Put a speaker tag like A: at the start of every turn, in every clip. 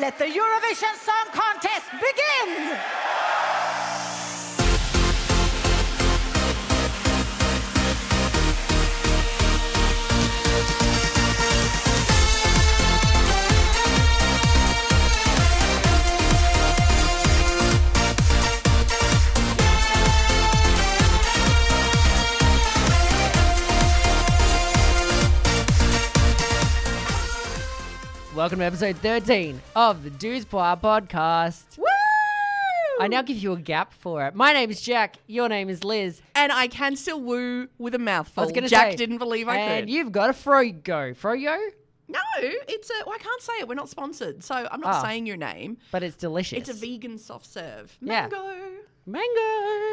A: Let the Eurovision Song Contest begin!
B: Welcome to episode 13 of the Dudes Poir podcast.
A: Woo!
B: I now give you a gap for it. My name is Jack, your name is Liz.
C: and I can still woo with a mouthful.
B: I was gonna
C: Jack
B: say,
C: didn't believe I
B: and
C: could.
B: you've got a Froyo. Froyo?
C: no, it's a. Well, I can't say it. We're not sponsored, so I'm not
B: Oh.
C: saying your name.
B: But it's delicious.
C: It's a vegan soft serve.
B: Yeah.
C: Mango.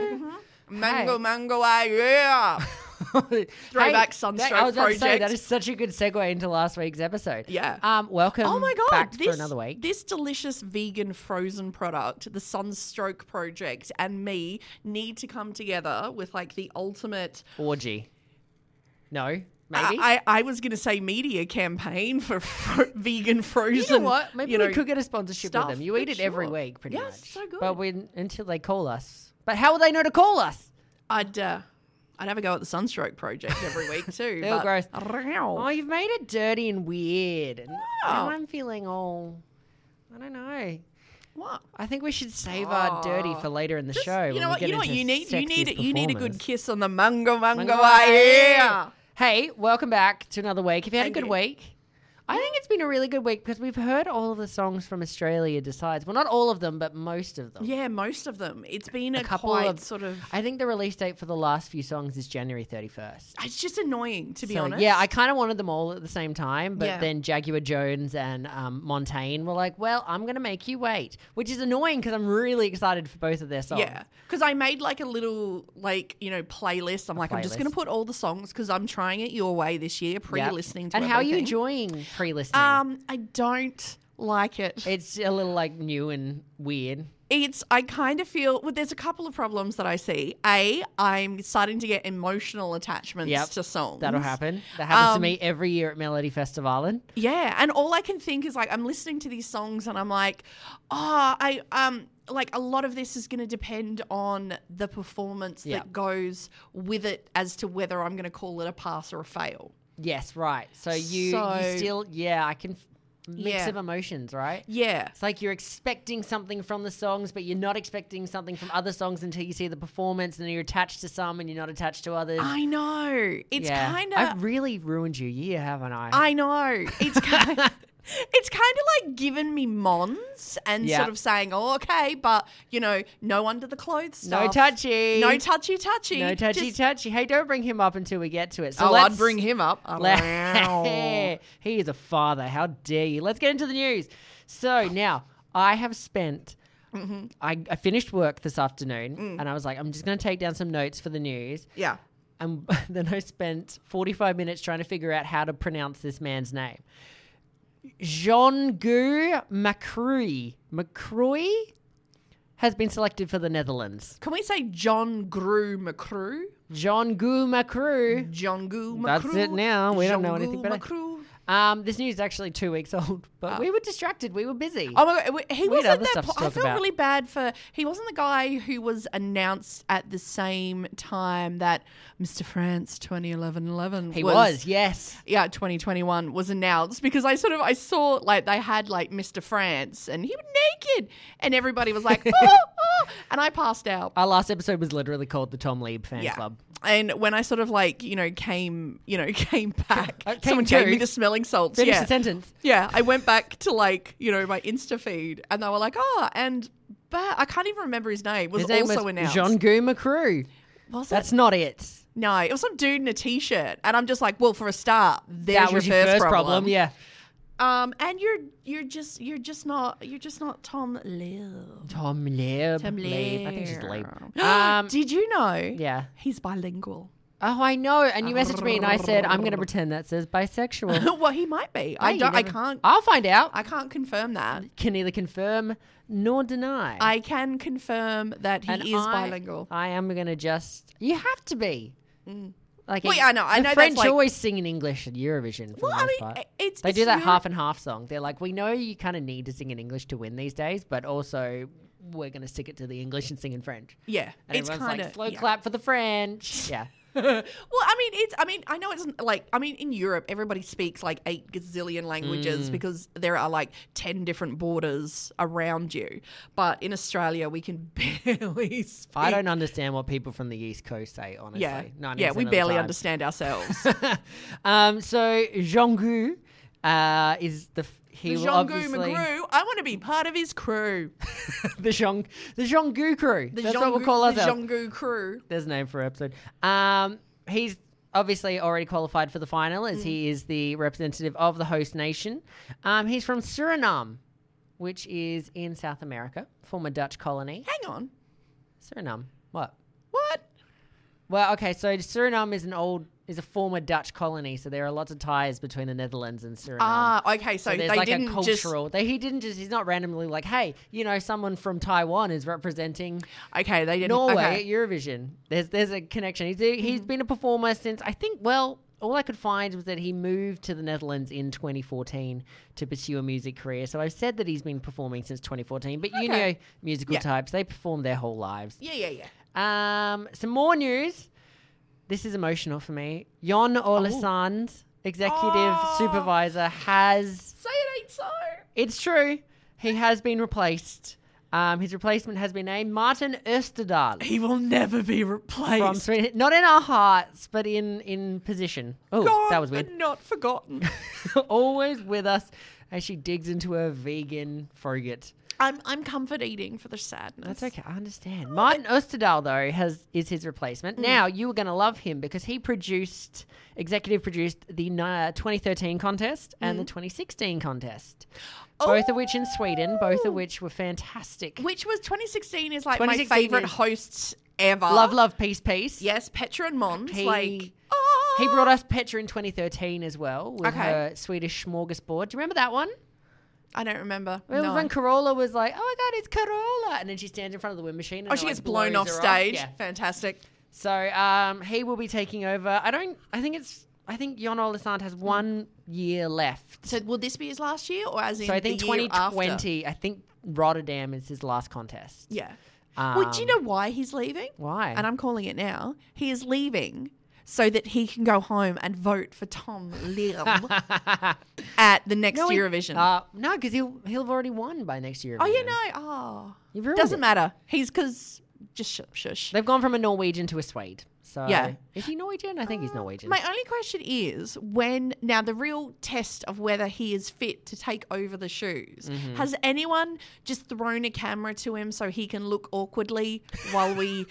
C: Mm-hmm.
B: mango.
C: Mango, mango, ah, yeah. Throwback Sunstroke
B: that, I was about to say,
C: Project.
B: that is such a good segue into last week's episode.
C: Yeah.
B: Um, welcome
C: Oh my god!
B: back
C: this,
B: for another week.
C: This delicious vegan frozen product, the Sunstroke Project, and me need to come together with like the ultimate.
B: Orgy. No? Maybe?
C: I, I, I was going to say media campaign for fro- vegan frozen.
B: you know what? Maybe
C: you
B: we
C: know,
B: could get a sponsorship
C: stuff,
B: with them. You eat
C: for
B: it every
C: sure.
B: week, pretty
C: Yeah,
B: much.
C: it's so good.
B: But when, until they call us. But how will they know to call us?
C: I'd uh, I'd have a go at the Sunstroke Project every week too.
B: Ew,
C: but-
B: gross. Oh,
C: Ow.
B: you've made it dirty and weird. And now
C: Oh.
B: I'm feeling all. I don't know.
C: What?
B: I think we should save our dirty
C: Oh.
B: for later in the
C: Just-
B: show.
C: you
B: when
C: know
B: we
C: what?
B: get
C: You know what
B: into
C: you need. You need
B: sexiest
C: you need a good
B: performers.
C: kiss on the mango mango.
B: Mango
C: ah,
B: Eye.
C: yeah.
B: Hey, welcome back to another week. Have you had
C: Thank
B: a good
C: you.
B: week? I think it's been a really good week because we've heard all of the songs from Australia decides. Well, not all of them, but most of them.
C: Yeah, most of them. It's been a,
B: A couple
C: quite
B: of
C: sort of.
B: I think the release date for the last few songs is January 31st.
C: It's just annoying to be
B: So,
C: honest.
B: Yeah, I kind of wanted them all at the same time, but
C: Yeah.
B: then Jaguar Jones and um, Montaigne were like, "Well, I'm going to make you wait," which is annoying because I'm really excited for both of their songs.
C: Yeah, because I made like a little like you know playlist. I'm like I'm just gonna
B: playlist.
C: put all the songs because I'm trying it your way this year,
B: Yep.
C: pre-listening to
B: and how are you
C: everything.
B: enjoying pre-listening?
C: Um, I don't like it.
B: it's a little like new and weird.
C: it's I kind of feel well, there's a couple of problems that I see. A, I'm starting to get emotional attachments
B: Yep,
C: to songs.
B: That'll happen. That happens to
C: Mm. Um,
B: me every year at Melody Festivalen.
C: Yeah, and all I can think is like I'm listening to these songs and I'm like, oh, I um like a lot of this is going to depend on the performance
B: Yep.
C: that goes with it as to whether I'm going to call it a pass or a fail.
B: Yes, right. So you,
C: So-
B: you still, yeah, I can f- mix
C: Yeah.
B: of emotions, right?
C: Yeah.
B: It's like you're expecting something from the songs, but you're not expecting something from other songs until you see the performance, and then you're attached to some and you're not attached to others.
C: I know. It's
B: Yeah.
C: kind of
B: I've really ruined your year, haven't I?
C: I know. It's kind It's kind of like giving me mons and
B: Yeah.
C: sort of saying, "Oh, okay, but you know, no under the clothes
B: no
C: stuff,
B: touchy.
C: no touchy, touchy,
B: No touchy
C: Just-
B: touchy. Hey, don't bring him up until we get to it. So
C: oh,
B: let's
C: I'd bring him up. Oh,
B: Le- he is a father. How dare you? Let's get into the news. So now I have spent.
C: Mm-hmm.
B: I, I finished work this afternoon
C: Mm.
B: and I was like, I'm just going to take down some notes for the news.
C: yeah,
B: And then I spent 45 minutes trying to figure out how to pronounce this man's name. Jean Gu Macroy. Macroy has been selected for the Netherlands.
C: can we say John Grew McCrew?
B: Jean Gu Macroy.
C: John Grew McCrew.
B: That's it now. We don't know
C: John
B: anything
C: Grew
B: better.
C: McCrew.
B: Um, this news is actually two weeks old, but we were distracted. We were busy.
C: Ah. Oh my god, he
B: We had
C: wasn't
B: other
C: that.
B: stuff to
C: Po- I
B: talk
C: felt
B: about.
C: really bad for. He wasn't the guy who was announced at the same time that Mr. France 2011 11
B: he was, yes.
C: yeah 2021 was announced because i sort of i saw like they had like mr france and he was naked and everybody was like oh, oh and i passed out
B: Our last episode was literally called the Tom Lieb Fan Club.
C: and when i sort of like you know came you know came back
B: Uh, came
C: someone
B: to.
C: gave me the smelling salts
B: Finish
C: yeah
B: the sentence.
C: yeah i went back to like you know my insta feed and they were like oh and but i can't even remember his name was
B: His name
C: also
B: was
C: announced
B: Jean Gu Macroy.
C: was it
B: That's not it.
C: no it was some dude in a t-shirt and i'm just like well for a start there's
B: that was your first, problem.
C: problem
B: Yeah.
C: Um, and you're you're just you're just not you're just not Tom Lill.
B: Tom Lieb.
C: Tom
B: Lieb. I think it's just Lieb.
C: Lear.
B: Um,
C: Did you know?
B: yeah.
C: He's bilingual.
B: Oh, I know. And you messaged me and I said, I'm going to pretend that says bisexual.
C: well, he might be.
B: Hey,
C: I
B: you
C: don't. I
B: never-
C: can't.
B: I'll find out. I
C: I can't confirm that.
B: can neither confirm nor deny.
C: I can confirm that he
B: And
C: is
B: I-
C: bilingual. Mm.
B: I am going to just. You have to be. Like
C: Well,
B: it-
C: yeah, I know- I
B: the
C: know that's
B: French
C: like-
B: always sing in English at Eurovision. For
C: Well,
B: the
C: I
B: most
C: mean,
B: part.
C: i- it's-
B: they do
C: it's
B: that
C: Euro-
B: half and half song. They're like, we know you kind of need to sing in English to win these days, but also we're going to stick it to the English and sing in French.
C: Yeah,
B: And
C: it's
B: everyone's
C: kind
B: like,
C: of
B: slow clap for the French. Yeah.
C: Well, I mean, it's. I mean, I know it's like. I mean, in Europe, everybody speaks like eight gazillion
B: Mm.
C: languages because there are like ten different borders around you. But in Australia, we can barely speak.
B: I don't understand what people from the East Coast say, honestly.
C: Yeah,
B: 90%
C: yeah, we
B: of the
C: barely
B: time.
C: understand ourselves.
B: um, so Zhonggu uh, is the f- he
C: the
B: will
C: Zhongu
B: obviously
C: McGrew, I want to be part of his crew.
B: the Zhong the Zhonggu crew.
C: The
B: That's what we'll
C: Zhongu-
B: call
C: the
B: ourselves.
C: Zhongu crew.
B: There's a name for our episode. Um, he's obviously already qualified for the final as
C: Mm.
B: he is the representative of the host nation. Um, he's from Suriname, which is in South America, former Dutch colony.
C: Hang on,
B: Suriname. What?
C: what?
B: Well, okay, so Suriname is an old is a former Dutch colony, so there are lots of ties between the Netherlands and Suriname.
C: Ah, okay,
B: So
C: so, they
B: there's like a
C: didn't just.
B: cultural. They, he didn't just. He's not randomly like, hey, you know, someone from Taiwan is representing
C: Okay, they didn't.
B: Norway
C: okay. Mm-hmm.
B: at Eurovision. There's there's a connection. He's a, he's been a performer since I think. Well, all I could find was that he moved to the Netherlands in 2014 to pursue a music career. So I've said that he's been performing since 2014. But you
C: Okay.
B: know, musical
C: Yeah.
B: types they perform their whole lives.
C: Yeah, yeah, yeah.
B: Um, some more news. This is emotional for me. Jon Olesand, executive
C: Oh.
B: supervisor, has
C: Say it ain't so.
B: it's true. He has been replaced. Um, his replacement has been named Martin Österdahl
C: He will never be replaced.
B: from Sweden. Not in our hearts, but in in position. Oh,
C: Gone
B: that was weird.
C: and not forgotten.
B: Always with us as she digs into her vegan frogate.
C: I'm I'm comfort eating for the sadness.
B: That's okay. I understand. Martin Osterdahl though has is his
C: Mm.
B: replacement. Now you were going to love him because he produced, executive produced the ni- uh, 2013 contest and the
C: Mm.
B: 2016 contest, both of which in Sweden, both
C: Oh.
B: of which were fantastic.
C: Which was 2016 is like my
B: 2016
C: favorite
B: is-
C: hosts ever.
B: Love, love, peace, peace.
C: Yes, Petra and Mons.
B: He-
C: like oh,
B: He brought us Petra in 2013 as well with
C: Okay.
B: her Swedish smorgasbord. Do you remember that one?
C: I don't remember.
B: It was
C: No.
B: when Corolla was like, "Oh my god, it's Corolla," and then she stands in front of the wind machine. And
C: oh,
B: it,
C: she
B: like,
C: gets blown
B: blows
C: off
B: her
C: stage.
B: Yeah.
C: Fantastic.
B: So um, he will be taking over. I don't. I think it's. I think Jon Olesand has one year left.
C: Hmm. So will this be his last year, or as in
B: so I think
C: the year after?
B: 2020. I think Rotterdam is his last contest. Um,
C: Yeah. well, do you know why he's leaving?
B: Why?
C: And I'm calling it now. He is leaving so that he can go home and vote for Tom Liam at the next
B: No, he-
C: Eurovision.
B: Uh, no, because he'll he'll have already won by next year.
C: oh, yeah, no. Oh.
B: You've ruined
C: Doesn't
B: it.
C: matter. He's because just shush. shush.
B: They've gone from a Norwegian to a Swede. So
C: Yeah. Uh,
B: is he Norwegian? I think he's Norwegian.
C: My only question is when now the real test of whether he is fit to take over the shoes.
B: Mm-hmm.
C: Has anyone just thrown a camera to him so he can look awkwardly while we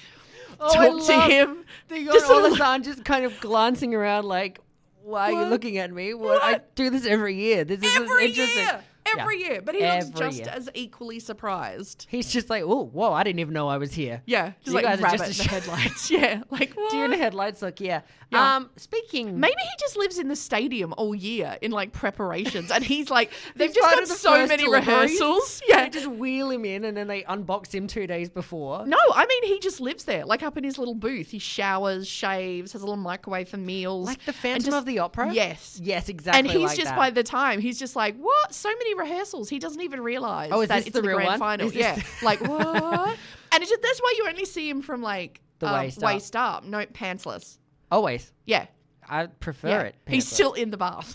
B: Oh, I
C: talk to
B: love
C: him?
B: The
C: Just sort of like-
B: Olesand just kind of glancing around like, why are
C: What?
B: you looking at me? What? I
C: What?
B: do this every year. This is
C: every
B: interesting.
C: year, every
B: Yeah.
C: year, but he looks
B: Every
C: just
B: year.
C: as equally surprised.
B: He's just like, oh, whoa, I didn't even know I was here.
C: Yeah, just
B: You
C: like
B: guys are
C: rabbit
B: just
C: in
B: a
C: the
B: sh-
C: headlights. yeah, like what?
B: Deer in the headlights look, yeah.
C: Yeah.
B: Um, speaking,
C: Maybe he just lives in the stadium all year in like preparations, and he's like they've
B: he's
C: just
B: part
C: got
B: of the
C: so
B: first
C: many
B: deliveries.
C: rehearsals. Yeah,
B: They just wheel him in and then they unbox him two days before.
C: No, I mean he just lives there, like up in his little booth. He showers, shaves, has a little microwave for meals,
B: Like the
C: and
B: Phantom
C: just-
B: of the Opera?
C: Yes,
B: Yes, exactly.
C: and he's
B: like
C: just
B: that.
C: by the time he's just like what? So many rehearsals, he doesn't even realize.
B: Oh, is
C: that
B: this
C: it's
B: the
C: the
B: real
C: grand
B: one?
C: final?
B: Is this
C: yeah,
B: the-
C: like what? and it's just that's why you only see him from like
B: The
C: um,
B: waist up.
C: up. no pantsless.
B: Always.
C: Yeah,
B: I prefer
C: yeah.
B: it.
C: He's
B: pantsless.
C: still in the bath.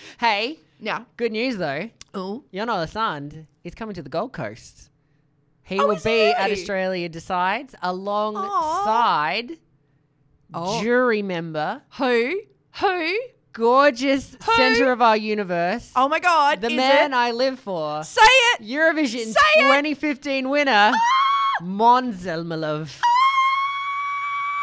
B: hey,
C: yeah.
B: good news though.
C: Oh.
B: Jan Alessand is coming to the Gold Coast. He
C: Oh,
B: will
C: is
B: be
C: he?
B: at Australia Decides alongside jury member,
C: Who? Who?
B: gorgeous center of our universe,
C: Oh my God!
B: the
C: is
B: man
C: it?
B: I live for,
C: Say it.
B: Eurovision
C: Say it! Ah!
B: 2015 winner, Mons Elmalov.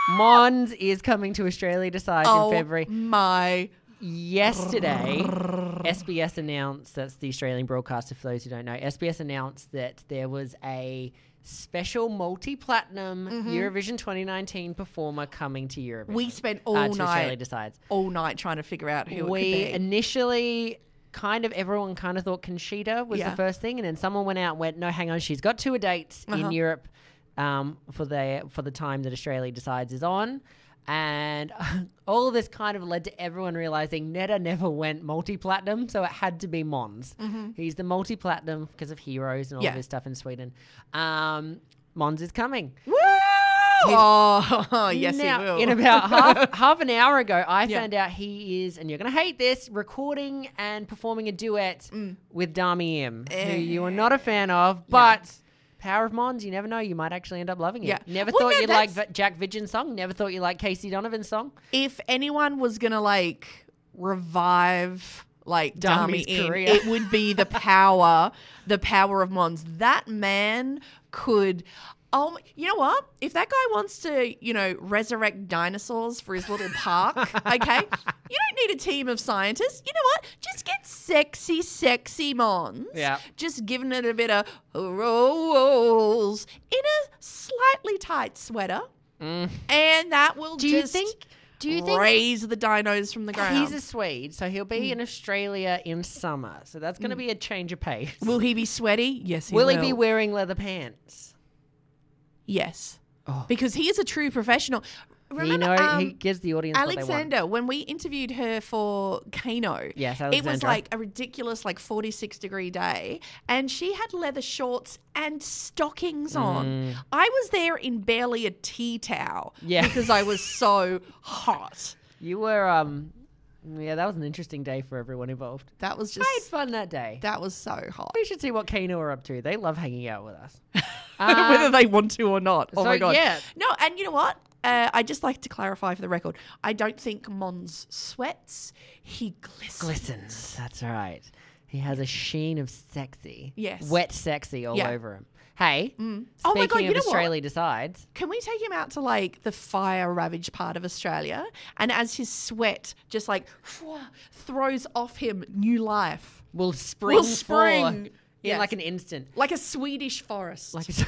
B: Mons is coming to Australia Decides
C: oh
B: in February.
C: my
B: Yesterday, SBS announced that's the Australian broadcaster for those who don't know. SBS announced that there was a special multi platinum Eurovision 2019 performer coming to Eurovision.
C: Mm-hmm. We spent
B: uh,
C: all
B: to Australia
C: night
B: decides.
C: all night trying to figure out who
B: We
C: it could be.
B: initially kind of everyone kind of thought Conchita was
C: Yeah.
B: the first thing, and then someone went out and went, "No, hang on, she's got
C: Uh-huh.
B: two dates in Europe um, for the for the time that Australia decides is on." And all of this kind of led to everyone realizing Netta never went multi platinum, so it had to be Mons. He's the multi platinum because of Heroes and all
C: Mm-hmm. Yeah.
B: of this stuff in Sweden. Um, Mons is coming.
C: Woo! Oh, yes,
B: Now,
C: he will.
B: In about half, half an hour ago, I
C: Yeah.
B: found out he is, and you're going to hate this, recording and performing a duet with Dami M, who you are not a fan of, but. Power of Mons, you never know. You might actually end up loving it.
C: Yeah.
B: Never
C: Well,
B: thought
C: no,
B: you'd like
C: that's-
B: Va- Jack Vidjan's song. Never thought you liked Casey Donovan's song.
C: if anyone was gonna like revive like Dami
B: Dami's
C: in,
B: career.
C: it would be the power, the power of Mons. That man could. Oh, my- you know what? If that guy wants to, you know, resurrect dinosaurs for his little park, okay, you don't need a team of scientists. You know what? Just get sexy, sexy Mons.
B: Yeah.
C: Just giving it a bit of rolls in a slightly tight sweater.
B: Mm.
C: And that will
B: Do you
C: just
B: think- do you think-
C: raise the dinos from the ground?
B: He's a Swede, so he'll be in Australia in summer. So that's going to be a change of pace.
C: will he be sweaty? Yes, he
B: Will
C: will.
B: Mm. he be wearing leather pants?
C: Yes, because he is a true professional.
B: Oh. You know,
C: Remember, um,
B: he gives the audience what they want.
C: Alexander, when we interviewed her for Kano,
B: Yes,
C: it was
B: Alexandra.
C: like a ridiculous, like 46 degree day, and she had leather shorts and
B: Mm.
C: stockings on. I was there in barely a tea towel
B: Yeah.
C: because I was so hot.
B: You were, um, yeah, that was an interesting day for everyone involved.
C: That was
B: I had
C: just,
B: fun that day.
C: that was so hot.
B: We should see what Kano are up to. They love hanging out with us.
C: whether they want to or not. Oh
B: Um, so,
C: my god!
B: yeah.
C: No, and you know what? Uh, I just like to clarify for the record. I don't think Mons sweats. He glistens.
B: Glistens. That's right. He has a sheen of sexy.
C: Yes.
B: Wet sexy all
C: Yeah.
B: over him. Hey, speaking
C: Oh my God, you
B: of
C: know what?
B: Australia Decides,
C: Can we take him out to like the fire ravaged part of Australia? And as his sweat just like phwa, throws off him new life,
B: will spring
C: spring.
B: forth in
C: Yes.
B: like an instant.
C: like a Swedish forest.
B: Like it's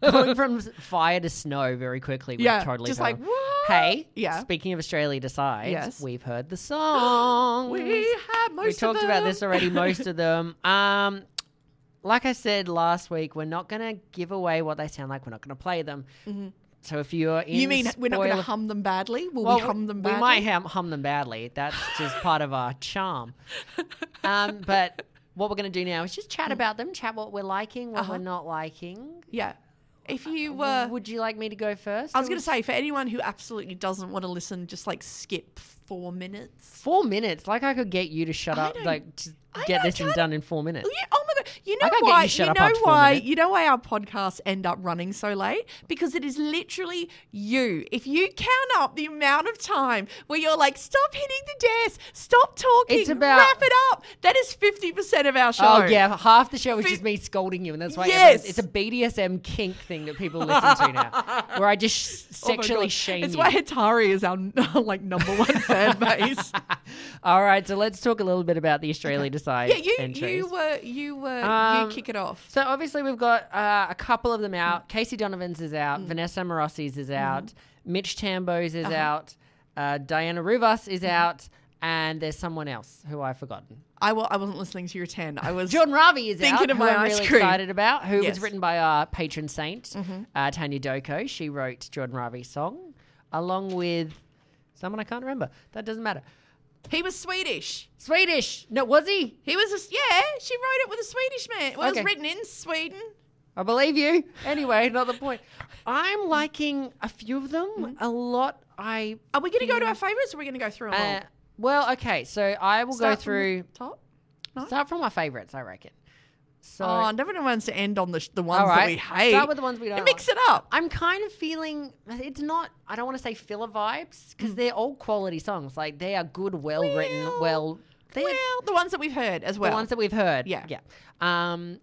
B: going from s- fire to snow very quickly. would
C: Yeah,
B: totally
C: just
B: tell
C: like,
B: him.
C: "What?"
B: Hey,
C: Yeah.
B: Speaking of Australia decides,
C: Yes.
B: we've heard the song.
C: we have most.
B: we
C: of
B: talked about
C: them.
B: this already. Most of them. Um, like I said last week, we're not gonna give away what they sound like. We're not gonna play them. So if you're in,
C: Mm-hmm. You mean we're not going to
B: spoiler-
C: hum them badly? Will
B: well,
C: we hum them badly?
B: We might hum, hum them badly. That's just part of our charm. Um, but what we're going to do now is just chat
C: Mm.
B: about them, chat what we're liking, what
C: Uh-huh.
B: we're not liking.
C: yeah. If you
B: W-
C: uh, were.
B: Would you like me to go first?
C: I was
B: Or
C: going to
B: would-
C: say, for anyone who absolutely doesn't want to listen, just like skip four minutes.
B: four minutes. Like I could get you to shut
C: I
B: up.
C: don't-
B: Like to
C: I
B: get
C: don't
B: this and
C: try to-
B: done in four minutes.
C: Oh, yeah, oh my god! You know
B: I can't get you
C: why?
B: to shut
C: you
B: up
C: know
B: after four
C: why?
B: minutes.
C: You know why our podcasts end up running so late? Because it is literally you. If you count up the amount of time where you're like, "Stop hitting the desk! Stop talking!
B: It's about-
C: wrap it up!" That is fifty percent of our show.
B: Oh yeah, half the show is
C: Fi-
B: just me scolding you, and that's why
C: Yes.
B: everyone's- it's a BDSM kink thing that people listen to now, where I just
C: Oh my
B: sexually
C: God.
B: shame
C: It's
B: you.
C: why Hitari is our like number one fan base.
B: All right, so let's talk a little bit about the Australia Decide
C: Yeah, you
B: entries.
C: you were you were
B: Um,
C: you kick it off.
B: so obviously we've got uh, a couple of them out. Casey Donovan's is out.
C: Mm.
B: Vanessa Morossi's is
C: Mm-hmm.
B: out. Mitch Tambo's
C: Uh-huh.
B: is out. Uh, Diana Rivas
C: Mm-hmm.
B: is out. And there's someone else who I've forgotten.
C: I wa- I wasn't listening to your ten. I was
B: John Ravi is
C: Thinking
B: out,
C: of
B: who
C: my
B: I'm
C: ice
B: really
C: cream.
B: excited about, who
C: Yes. Mm-hmm.
B: was written by our patron saint, uh, Tanya Doko. She wrote John Ravi's song along with someone I can't remember. That doesn't matter.
C: He was Swedish.
B: Swedish. No, was he?
C: He was a, yeah. She wrote it with a Swedish man. Well,
B: Okay.
C: it was written in Sweden.
B: I believe you. Anyway, not the point. I'm liking a few of them
C: Mm-hmm.
B: a lot. I
C: Are we going to go to our favorites? or Are we going to go through them
B: uh,
C: all?
B: well, okay. So I will
C: Start
B: go
C: from
B: through.
C: the top. top?
B: Start from my favorites, I reckon. So
C: oh, I never wants to end on the sh- the ones
B: All
C: that
B: right.
C: we hate.
B: Start with the ones we don't
C: And mix
B: like.
C: it up.
B: I'm kind of feeling it's not. I don't want to say filler vibes because they're all quality songs. Like they are good, well, written,
C: Mm. Well,
B: well. They're
C: well, the ones that we've heard as well.
B: the ones that we've heard.
C: Yeah.
B: yeah. Um,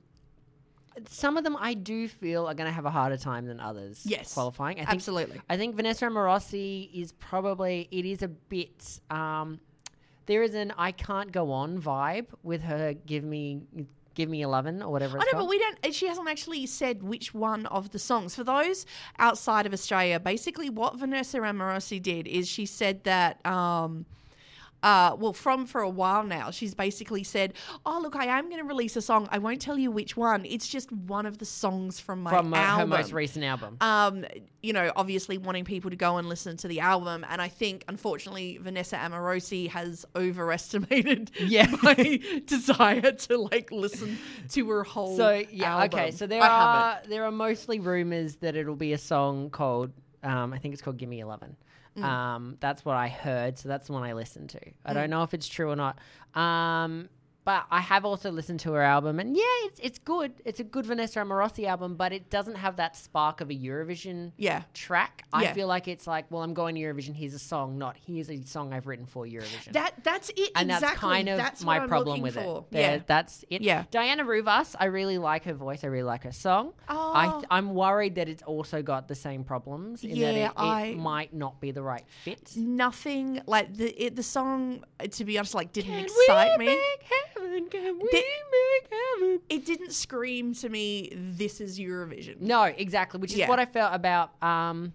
B: some of them I do feel are going to have a harder time than others.
C: Yes.
B: qualifying. I think,
C: Absolutely.
B: I think Vanessa Morossi is probably it is a bit. Um, there is an I can't go on vibe with her. Give me, give me a lovin' or whatever.
C: I
B: It's
C: know, but
B: called.
C: we don't. and She hasn't actually said which one of the songs. For those outside of Australia, basically what Vanessa Amorosi did is she said that um, uh, well, from for a while now, she's basically said, "Oh, look, I am going to release a song. I won't tell you which one. It's just one of the songs from my
B: from uh, her
C: album."
B: most recent album.
C: um, you know, obviously wanting people to go and listen to the album. And I think, unfortunately, Vanessa Amorosi has overestimated
B: Yeah.
C: my desire to like listen to her whole.
B: so yeah, okay.
C: album.
B: So there
C: I
B: are
C: haven't.
B: there are mostly rumors that it'll be a song called um, I think it's called "Give Me 11.
C: Mm.
B: Um, that's what I heard. So that's the one I listened to. I
C: Mm.
B: don't know if it's true or not. Um, but I have also listened to her album, and yeah, it's it's good. It's a good Vanessa Amorosi album, but it doesn't have that spark of a Eurovision
C: Yeah.
B: track. I
C: Yeah.
B: feel like it's like, well, I'm going to Eurovision. Here's a song, not here's a song I've written for Eurovision.
C: That that's it.
B: and
C: exactly.
B: that's kind of
C: That's
B: my
C: what I'm
B: problem
C: looking
B: with
C: for.
B: it. There-
C: Yeah.
B: that's it.
C: Yeah.
B: Diana Ruvas, I really like her voice. I really like her song. I
C: Oh.
B: I'm worried that it's also got the same problems. In that
C: Yeah,
B: it, it
C: I-
B: might not be the right fit.
C: Nothing like the it, the song. uh, To be honest, like didn't excite me.
B: heaven? Can we
C: The-
B: make heaven?
C: It didn't scream to me. This is Eurovision.
B: No, exactly. Which is
C: Yeah.
B: what I felt about um,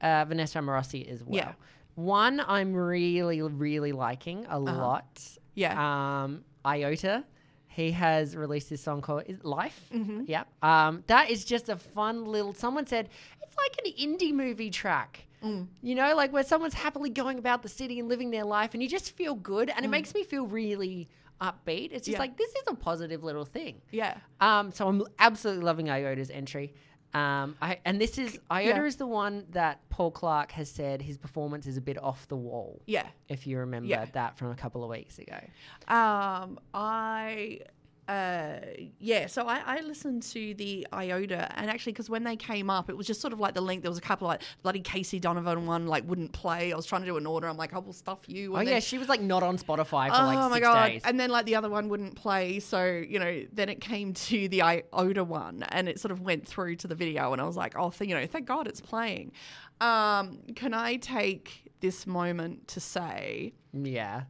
B: uh, Vanessa Morossi as well.
C: Yeah.
B: One I'm really, really liking a
C: Uh-huh.
B: lot.
C: Yeah.
B: Um, Iota. He has released this song called is it Life.
C: Mm-hmm.
B: Yeah. Um, that is just a fun little. Someone said it's like an indie movie track.
C: Mm.
B: You know, like where someone's happily going about the city and living their life, and you just feel good, and it makes me feel really upbeat. It's just
C: Mm. Yeah.
B: like this is a positive little thing.
C: yeah.
B: Um, so I'm absolutely loving Iota's entry. Um, I, and this is Iota
C: Yeah.
B: is the one that Paul Clark has said his performance is a bit off the wall.
C: Yeah.
B: If you remember
C: Yeah.
B: that from a couple of weeks ago.
C: Um, I, uh, yeah, so I, I listened to the IOTA, and actually, because when they came up, it was just sort of like the link. There was a couple like bloody Casey Donovan one, like wouldn't play. I was trying to do an order. I'm like, I will stuff you.
B: Oh
C: and
B: yeah,
C: then-
B: she was like not on Spotify for
C: Oh
B: like
C: my
B: six
C: god!
B: days.
C: And then like the other one wouldn't play, so you know. Then it came to the iota one, and it sort of went through to the video, and I was like, oh, th- you know, thank God it's playing. Um, can I take this moment to say
B: yeah.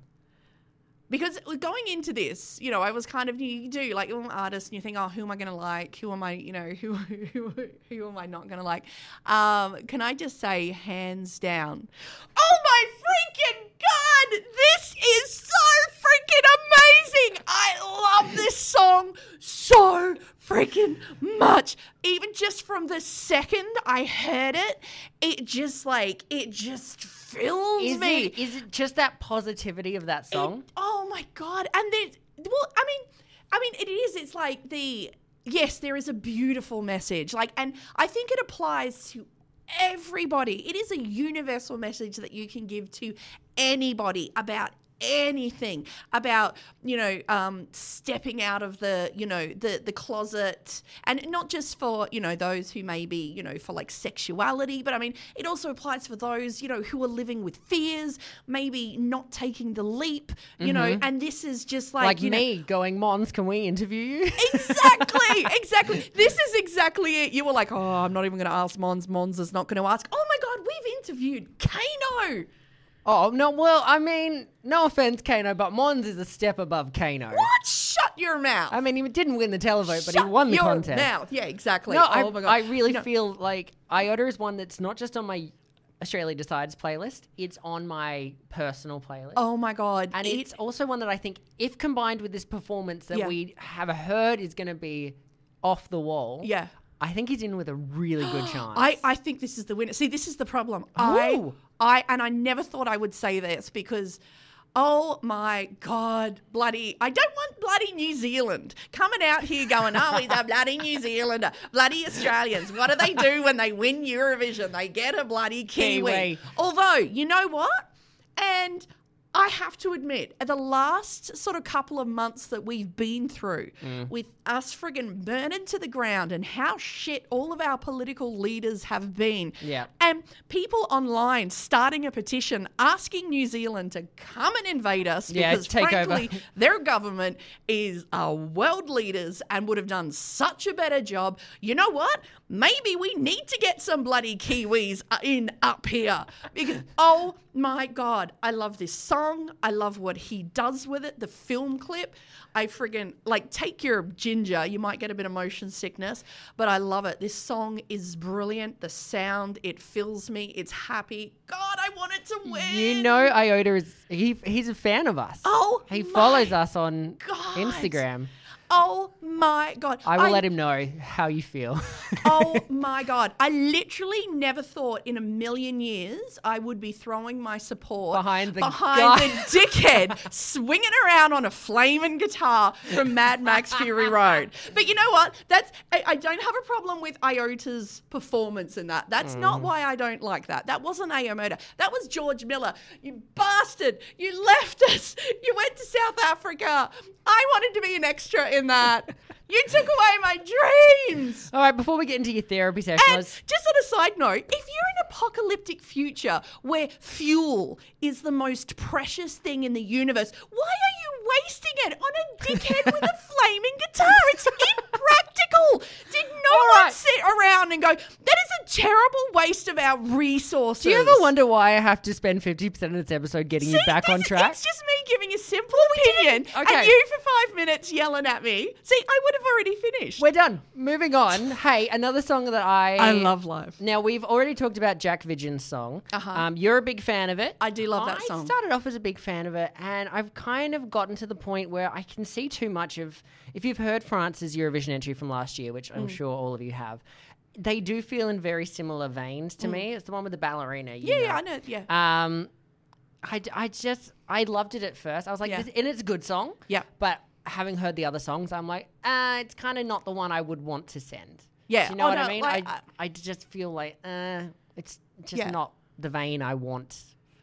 C: because going into this, you know, I was kind of you do like you're an artist and you think, oh, who am I going to like? Who am I? You know, who who who am I not going to like? Um, can I just say, hands down, oh my freaking god, this is so freaking amazing! I love this song so freaking much. Even just from the second I heard it, it just like it just fills
B: Is
C: me.
B: it, is it just that positivity of that song?
C: It- oh my god! And then, well, I mean, I mean, it is. It's like the yes, there is a beautiful message. Like, and I think it applies to everybody. It is a universal message that you can give to anybody about anything about you know um stepping out of the you know the the closet and not just for you know those who may be you know for like sexuality but i mean it also applies for those you know who are living with fears maybe not taking the leap you know and this is just like,
B: Mm-hmm. like
C: you know,
B: me going, Mons, can we interview you?
C: exactly, exactly. This is exactly it. You were like, oh, I'm not even going to ask Mons. Mons is not going to ask. Oh my God, we've interviewed Kano.
B: oh no, well, I mean, no offense, Kano, but Mons is a step above Kano.
C: What? Shut your mouth.
B: I mean, he didn't win the televote, but
C: Shut
B: he won the
C: your
B: contest.
C: Mouth. Yeah, exactly.
B: No,
C: oh
B: I,
C: my God.
B: I really
C: You know,
B: feel like Iota is one that's not just on my Australia Decides playlist; it's on my personal playlist.
C: Oh my God.
B: And
C: It-
B: it's also one that I think, if combined with this performance that
C: Yeah.
B: we have heard is going to be off the wall,
C: Yeah.
B: I think he's in with a really good chance.
C: I, I think this is the winner. See, this is the problem. I,
B: Ooh.
C: I, and I never thought I would say this because, oh my God, bloody, I don't want bloody New Zealand coming out here going, oh, he's a bloody New Zealander, bloody Australians. What do they do when they win Eurovision? They get a bloody Kiwi.
B: Kiwi.
C: Although, you know what? And I have to admit, the last sort of couple of months that we've been through
B: Mm.
C: with us friggin' burning to the ground and how shit all of our political leaders have been.
B: Yeah.
C: And people online starting a petition asking New Zealand to come and invade us
B: Yeah,
C: because
B: take over.
C: frankly their government is uh, world leaders and would have done such a better job. You know what? Maybe we need to get some bloody Kiwis uh, in up here. Because, oh my God, I love this song. I love what he does with it, the film clip. I friggin' like take your ginger. You might get a bit of motion sickness, but I love it. This song is brilliant. The sound, it fills me. It's happy. God, I want it to win.
B: You know, Iota is he, he's a fan of us.
C: Oh
B: he
C: my
B: follows us on
C: God.
B: Instagram.
C: Oh my god.
B: I will let him know how you feel.
C: oh my god. I literally never thought in a million years I would be throwing my support
B: Behind the
C: behind
B: guy.
C: the dickhead swinging around on a flaming guitar from Mad Max Fury Road. But you know what? That's I, I don't have a problem with Iota's performance in that. That's not
B: Mm.
C: why I don't like that. That wasn't Aomoda. That was George Miller. You bastard. You left us. You went to South Africa. I wanted to be an extra in that. You took away my dreams.
B: All right, before we get into your therapy session, I
C: And
B: was-
C: just on a side note, if you're in an apocalyptic future where fuel is the most precious thing in the universe, why are you wasting it on a dickhead with a flaming guitar? It's impractical. Did no
B: All
C: one
B: right.
C: sit around and go, that is a terrible waste of our resources?
B: do you ever wonder why I have to spend fifty percent of this episode getting you
C: See,
B: back
C: this
B: on
C: is-
B: track?
C: It's just me giving a simple opinion,
B: Okay.
C: and you for five minutes yelling at me. See, I would have already finished.
B: We're done. Moving on. Hey, another song that I
C: I love life.
B: Now we've already talked about Jack Vigen's song.
C: Uh-huh.
B: Um, you're a big fan of it.
C: I do love that
B: I
C: song.
B: started off as a big fan of it, and I've kind of gotten to the point where I can see too much of. If you've heard France's Eurovision entry from last year, which
C: Mm.
B: I'm sure all of you have, they do feel in very similar veins to me. It's the one with the ballerina. you
C: Mm. Yeah, yeah, I know. Yeah.
B: Um, I, d- I just I loved it at first. I was like,
C: Yeah.
B: this, and it's a good song.
C: Yeah.
B: But having heard the other songs, I'm like, uh, it's kind of not the one I would want to send.
C: Yeah.
B: Do you know
C: Oh,
B: what I
C: no,
B: mean?
C: like,
B: I,
C: I-
B: I just feel like, uh, it's just
C: Yeah.
B: not the vein I want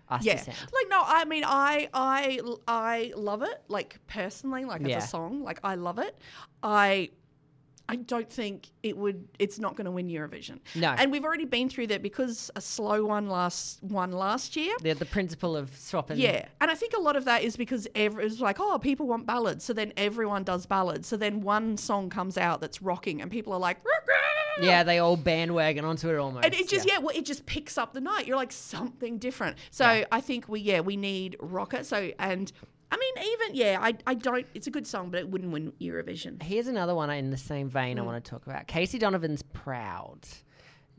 B: us
C: yeah
B: to send.
C: like no i mean i i i love it like personally like
B: Yeah.
C: as a song like i love it i I don't think it would. It's not going to win Eurovision.
B: No.
C: and we've already been through that because a slow one last one last year.
B: The, the principle of swapping.
C: Yeah, and I think a lot of that is because every, it's like, oh, people want ballads, so then everyone does ballads. So then one song comes out that's rocking, and people are like, "Rah-rah!"
B: Yeah, they all bandwagon onto it almost.
C: and it just yeah. well, it just picks up the night. You're like something different. So I think we yeah we need rocker. So and I mean even yeah I I don't. It's a good song, but it wouldn't win Eurovision.
B: Here's another one in the same vein
C: Hmm.
B: I want to talk about. Casey Donovan's Proud.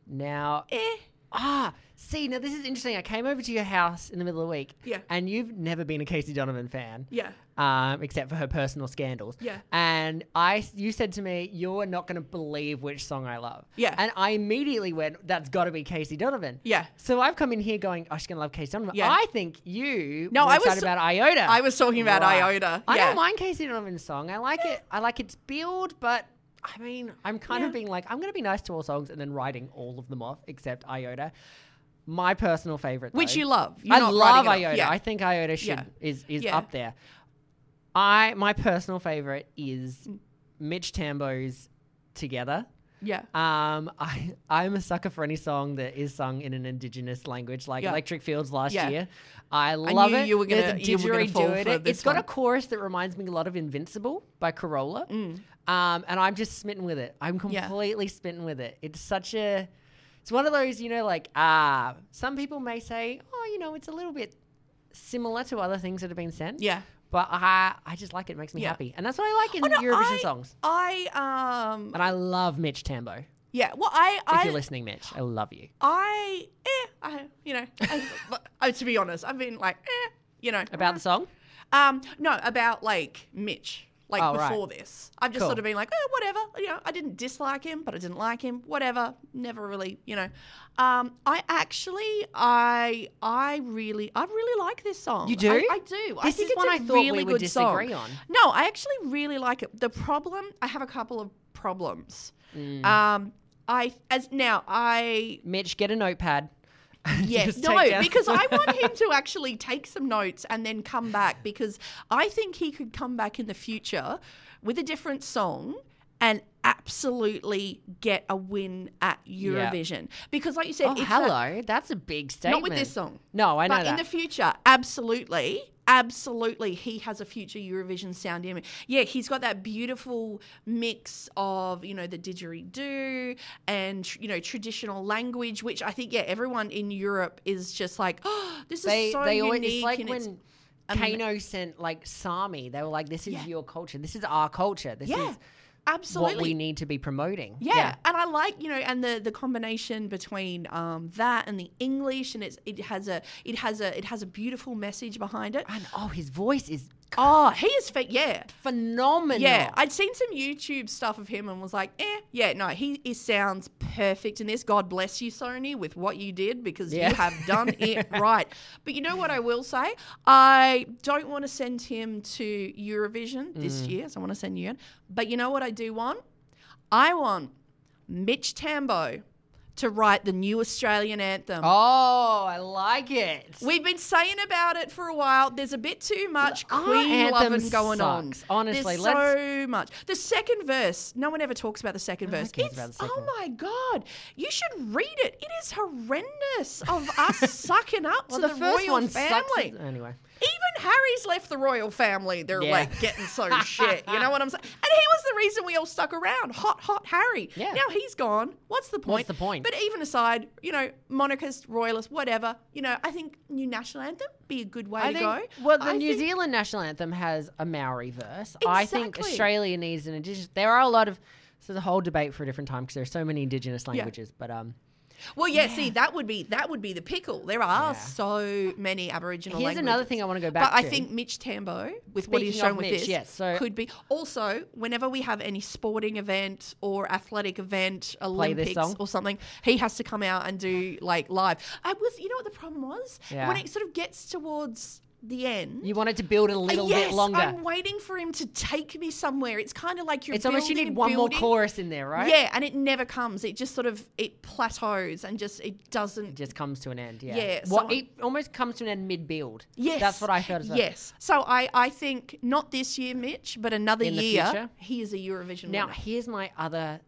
B: Now,
C: Eh.
B: Ah, see, now this is interesting. I came over to your house in the middle of the week.
C: Yeah.
B: And you've never been a Casey Donovan fan.
C: Yeah.
B: Um, except for her personal scandals.
C: Yeah.
B: And I, you said to me, you're not going to believe which song I love.
C: Yeah.
B: And I immediately went, that's got to be Casey Donovan.
C: Yeah.
B: So I've come in here going, oh, she's going to love Casey Donovan.
C: Yeah.
B: I think you
C: No,
B: were
C: I was
B: excited
C: so-
B: about Iota.
C: I was talking about Iota.
B: I
C: Yeah.
B: don't mind Casey Donovan's song. I like it. I like its build, but I mean, I'm kind of
C: Yeah.
B: being like, I'm going to be nice to all songs and then writing all of them off except Iota. My personal favorite,
C: Which
B: though.
C: you love. You're
B: I
C: not
B: love
C: writing it off.
B: Iota.
C: Yeah.
B: I think Iota should
C: Yeah.
B: is is
C: Yeah.
B: up there. I my personal favorite is
C: Mm.
B: Mitch Tambo's "Together."
C: Yeah.
B: Um, I I'm a sucker for any song that is sung in an indigenous language, like
C: Yeah.
B: Electric Fields last
C: Yeah.
B: year. I love
C: knew
B: it.
C: you were
B: There's
C: gonna-
B: a
C: you were gonna
B: didgeridoo
C: fall
B: in
C: for
B: it.
C: this
B: It's got a
C: one. Mm.
B: chorus that reminds me a lot of "Invincible" by Corolla, um, and I'm just smitten with it. I'm
C: Yeah.
B: completely smitten with it. It's such a, it's one of those you know, like ah, some people may say, oh, you know, it's a little bit similar to other things that have been sent.
C: Yeah.
B: but I I just like it. it makes me
C: Yeah.
B: happy, and that's what I like in
C: Oh, no,
B: Eurovision
C: I-
B: songs.
C: I um
B: And I love Mitch Tambo.
C: yeah. Well, I
B: If
C: I
B: you're listening, Mitch, I love you.
C: I eh, I you know I, I, to be honest, I've been like eh, you know
B: About the song?
C: Um, no, about like Mitch. Like
B: Oh, right.
C: before this, I've just
B: Cool.
C: sort of been like, eh, whatever. You know, I didn't dislike him, but I didn't like him. Whatever. Never really, you know. Um, I actually, I, I really, I really like this song.
B: You do?
C: I, I do. I
B: This
C: think
B: is
C: it's
B: one
C: a
B: I thought we
C: really
B: would
C: good
B: disagree
C: song.
B: on.
C: No, I actually really like it. The problem, I have a couple of problems.
B: Mm.
C: Um, I as now I
B: Mitch, get a notepad.
C: Yes,
B: Just
C: no,
B: take down-
C: because I want him to actually take some notes and then come back because I think he could come back in the future with a different song and absolutely get a win at
B: Yeah.
C: Eurovision. Because, like you said,
B: Oh,
C: it's a-
B: hello. That's a big statement.
C: not with this song.
B: No, I know
C: But
B: that.
C: in the future, absolutely, absolutely, he has a future Eurovision sound in him. Yeah, he's got that beautiful mix of you know the didgeridoo and tr- you know traditional language, which I think yeah everyone in Europe is just like, oh, this
B: they
C: is so
B: they
C: unique.
B: always it's like
C: and
B: when
C: it's-
B: Kano sent like Sami. They were like, "This is
C: Yeah.
B: your culture. This is our culture. This
C: Yeah.
B: is
C: absolutely
B: what we need to be promoting.
C: yeah. and I like you know, and the the combination between um, that and the English, and it's it has a it has a it has a beautiful message behind it.
B: And oh, his voice is
C: Oh, he is fa- yeah.
B: phenomenal.
C: Yeah, I'd seen some YouTube stuff of him and was like, eh, yeah, no, he, he sounds perfect in this. God bless you, Sony, with what you did because
B: Yeah.
C: you have done it right. But you know what I will say? I don't want to send him to Eurovision
B: Mm.
C: this year, so I want to send you in. But you know what I do want? I want Mitch Tambo to write the new Australian anthem.
B: Oh, I like it.
C: We've been saying about it for a while. There's a bit too much
B: Our
C: Queen
B: anthem
C: loving going
B: sucks.
C: on.
B: Honestly,
C: There's
B: let's-
C: so much. The second verse. No one ever talks about the second
B: one
C: verse.
B: cares about
C: It's-
B: the second
C: oh my god! You should read it. It is horrendous of us sucking up
B: well,
C: to
B: the,
C: the,
B: first
C: royal
B: one sucks.
C: family.
B: Anyway,
C: Even Harry's left the royal family. They're
B: Yeah.
C: like getting so shit. You know what I'm saying? And he was the reason we all stuck around. Hot, hot Harry.
B: Yeah.
C: Now he's gone. What's the point?
B: the point?
C: But even aside, you know, monarchist, royalist, whatever. You know, I think new national anthem be a good way
B: I
C: to
B: think
C: go.
B: well, the
C: I
B: New
C: think-
B: Zealand national anthem has a Maori verse. I think
C: Exactly.
B: Australia needs an indigenous. There are a lot of so the whole debate for a different time because there are so many indigenous languages. But um,
C: Well, yeah, See, that would be that would be the pickle. There are so many Aboriginal.
B: Here's
C: languages.
B: another thing I wanna go back
C: But I
B: to.
C: think Mitch Tambo, with what he's
B: Speaking of
C: shown with
B: Mitch,
C: this,
B: yes, so-
C: could be also whenever we have any sporting event or athletic event,
B: Play this
C: Olympics
B: song.
C: or something, he has to come out and do like live. I was, you know, what the problem was
B: Yeah.
C: when it sort of gets towards the end.
B: you wanted to build a little
C: Uh, yes,
B: bit longer.
C: I'm waiting for him to take me somewhere. It's kind of like you're.
B: it's almost you
C: building
B: need
C: and
B: one more
C: building.
B: chorus in there, right?
C: Yeah, and it never comes. It just sort of it plateaus and just it doesn't
B: It just comes to an end. Yeah.
C: Yeah,
B: What,
C: so-
B: it almost comes to an end mid build.
C: Yes.
B: That's what I felt as well.
C: Yes. So I, I think not this year, Mitch, but another
B: In the future?
C: year, he is a Eurovision
B: Now,
C: winner.
B: here's my other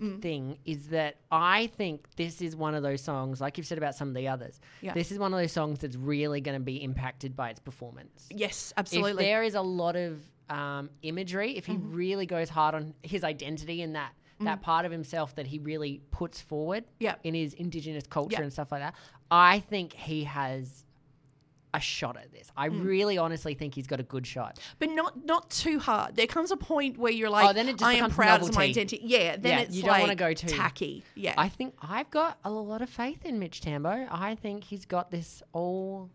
C: Mm.
B: thing is that I think this is one of those songs, like you've said about some of the others,
C: Yeah.
B: this is one of those songs that's really going to be impacted by its performance.
C: Yes,
B: If
C: absolutely. Mm-hmm.
B: there is a lot of um, imagery, if he really goes hard on his identity and that, that part of himself that he really puts forward
C: Yeah.
B: in his indigenous culture
C: Yeah.
B: and stuff like that, I think he has a shot at this. I
C: Mm.
B: really honestly think he's got a good shot.
C: But not not too hard. There comes a point where you're like,
B: Oh, then it just
C: I am
B: becomes
C: proud of my
B: novelty.
C: identity. Yeah, then
B: Yeah,
C: it's
B: you don't wanna
C: like
B: go too-
C: tacky. Yeah.
B: I think I've got a lot of faith in Mitch Tambo. I think he's got this all.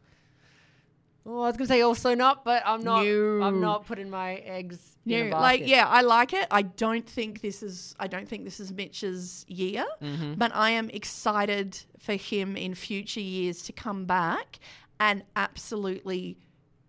B: Oh, I was gonna say also not, but I'm not. I'm
C: No.
B: not putting my eggs. in a
C: No,
B: basket.
C: like yeah, I like it. I don't think this is I don't think this is Mitch's year,
B: Mm-hmm.
C: but I am excited for him in future years to come back and absolutely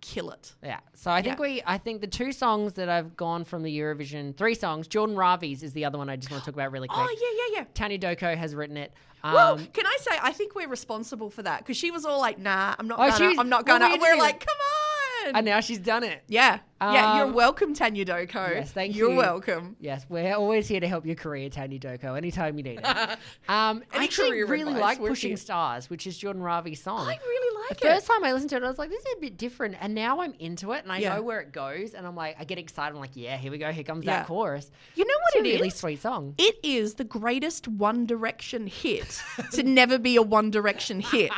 C: kill it.
B: Yeah. So I think we. I think the two songs that I've gone from the Eurovision, three songs. Jordan Ravi's is the other one I just want to talk about really quick.
C: Oh yeah, yeah, yeah.
B: Tanya Doko has written it. Um,
C: Well, can I say I think we're responsible for that because she was all like, "Nah, I'm not
B: Oh, she
C: gonna,
B: was-
C: I'm not
B: well,
C: gonna."
B: we
C: we're
B: did.
C: like, "Come on!"
B: and now she's done it.
C: yeah, yeah. You're
B: Um,
C: welcome, Tanya Doko.
B: Yes, thank
C: you're
B: you.
C: welcome.
B: Yes, we're always here to help your career, Tanya Doko, anytime you need it. Um, I
C: Any
B: actually
C: career
B: really
C: advice,
B: like
C: we're
B: Pushing
C: here.
B: Stars, which is Jordan Ravi's song.
C: I really like
B: the
C: it.
B: first time I listened to it, I was like, this is a bit different. And now I'm into it and I
C: Yeah.
B: know where it goes. And I'm like, I get excited. I'm like, yeah, here we go. Here comes
C: Yeah.
B: that chorus.
C: You know what
B: it's
C: it
B: a really
C: is?
B: sweet song.
C: It is the greatest One Direction hit to never be a One Direction hit.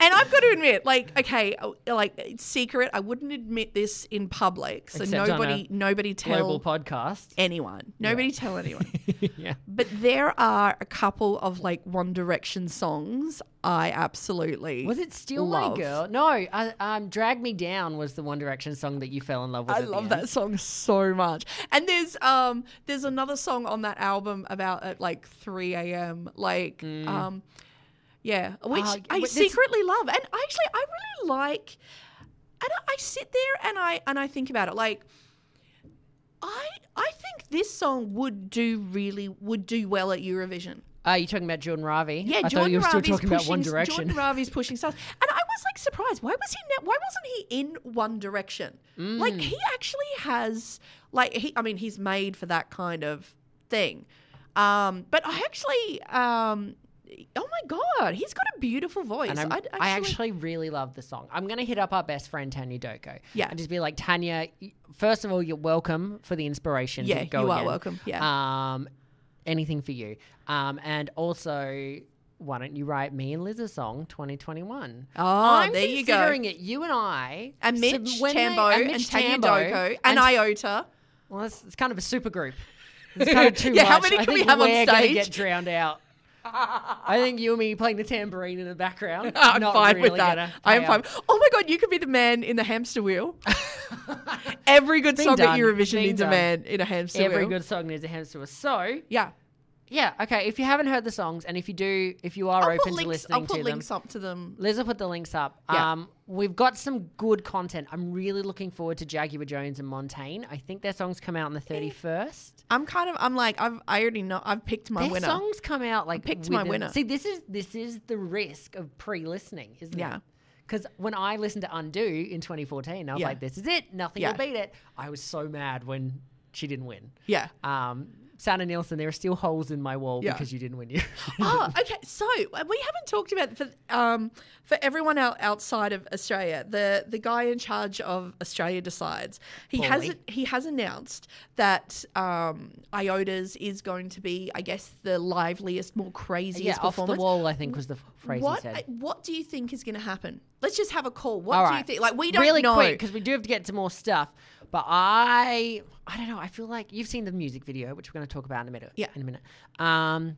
C: And I've got to admit, like, okay, uh, like it's secret. I wouldn't admit this in public, so
B: Except on a
C: nobody, nobody
B: Global
C: tell
B: podcast.
C: anyone. Nobody tell anyone.
B: yeah.
C: But there are a couple of like One Direction songs I absolutely
B: Was it Still
C: love.
B: My Girl? No, I, um, Drag Me Down was the One Direction song that you fell in love with.
C: I
B: at the
C: love
B: end.
C: that song so much. And there's um there's another song on that album about at like 3 a.m. like um yeah, which
B: Oh,
C: I
B: but Mm. this-
C: secretly love. And actually I really like and I, I sit there and I and I think about it like I I think this song would do really would do well at Eurovision.
B: Are Uh, you talking about Jordan Ravi?
C: Yeah,
B: I
C: Jordan
B: thought you were
C: Ravi's
B: still talking
C: pushing,
B: about One Direction.
C: Jordan Ravi's pushing stars, and I was like surprised. Why was he? Ne- why wasn't he in One Direction?
B: Mm.
C: Like he actually has, like he. I mean, he's made for that kind of thing. Um, but I actually, um, oh my god, he's got a beautiful voice.
B: And I'm,
C: I'd
B: I actually really love the song. I'm going to hit up our best friend, Tanya Doko.
C: Yeah.
B: And just be like, Tanya, y- first of all, you're welcome for the inspiration.
C: Yeah,
B: Go
C: you are
B: again.
C: welcome.
B: Um, anything for you. Um, and also, why don't you write me and Liz a song 2021?
C: Oh,
B: I'm
C: there you go.
B: considering it. You and I.
C: and
B: sub-
C: Mitch
B: when they-
C: Tambo and,
B: Mitch
C: Tanya
B: Tambo
C: Doko and,
B: and-
C: Iota.
B: Well, it's, it's kind of a super group. It's kind of too
C: yeah,
B: much.
C: how many
B: I
C: can we
B: think
C: have on
B: we're gonna
C: stage?
B: get drowned out. I think you and me playing the tambourine in the background.
C: I'm
B: not
C: fine
B: really
C: with that.
B: gonna
C: I am
B: pay
C: fine.
B: out.
C: Oh my god, you could be the man in the hamster wheel. Every good
B: been
C: song
B: done.
C: at
B: It's
C: Eurovision
B: been
C: needs
B: done.
C: a man in a hamster
B: Every
C: wheel.
B: good song needs a hamster. wheel. So
C: yeah.
B: yeah, okay. If you haven't heard the songs, and if you do, if you are
C: I'll put
B: open to
C: links.
B: listening
C: I'll put
B: to
C: links
B: them,
C: up to them.
B: Liz will put the links up.
C: Yeah.
B: Um, we've got some good content. I'm really looking forward to Jaguar Jones and Montaigne. I think their songs come out on the 31st.
C: I'm kind of. I'm like. I've. I already know. I've picked my
B: Their
C: winner.
B: songs come out like
C: picked my
B: within-
C: winner.
B: See, this is this is the risk of pre-listening, isn't
C: Yeah.
B: it? Because when I listened to Undo in 2014, I was
C: Yeah.
B: like, "This is it. Nothing
C: Yeah.
B: will beat it." I was so mad when she didn't win.
C: Yeah.
B: Um, Santa Nielsen, there are still holes in my wall
C: Yeah.
B: because you didn't win. You.
C: oh, okay. So uh, we haven't talked about for um for everyone out outside of Australia. The the guy in charge of Australia decides. He
B: Paulie.
C: has he has announced that um IOTA's is going to be, I guess, the liveliest, more craziest
B: yeah, off
C: performance.
B: the wall. I think was the f- phrase
C: what
B: he said.
C: uh, what do you think is going to happen? Let's just have a call. What
B: All
C: do you
B: right.
C: think? Like we don't
B: really
C: know.
B: quick because we do have to get to more stuff. But I, I don't know. I feel like you've seen the music video, which we're going to talk about in a minute.
C: Yeah.
B: in a minute. Um,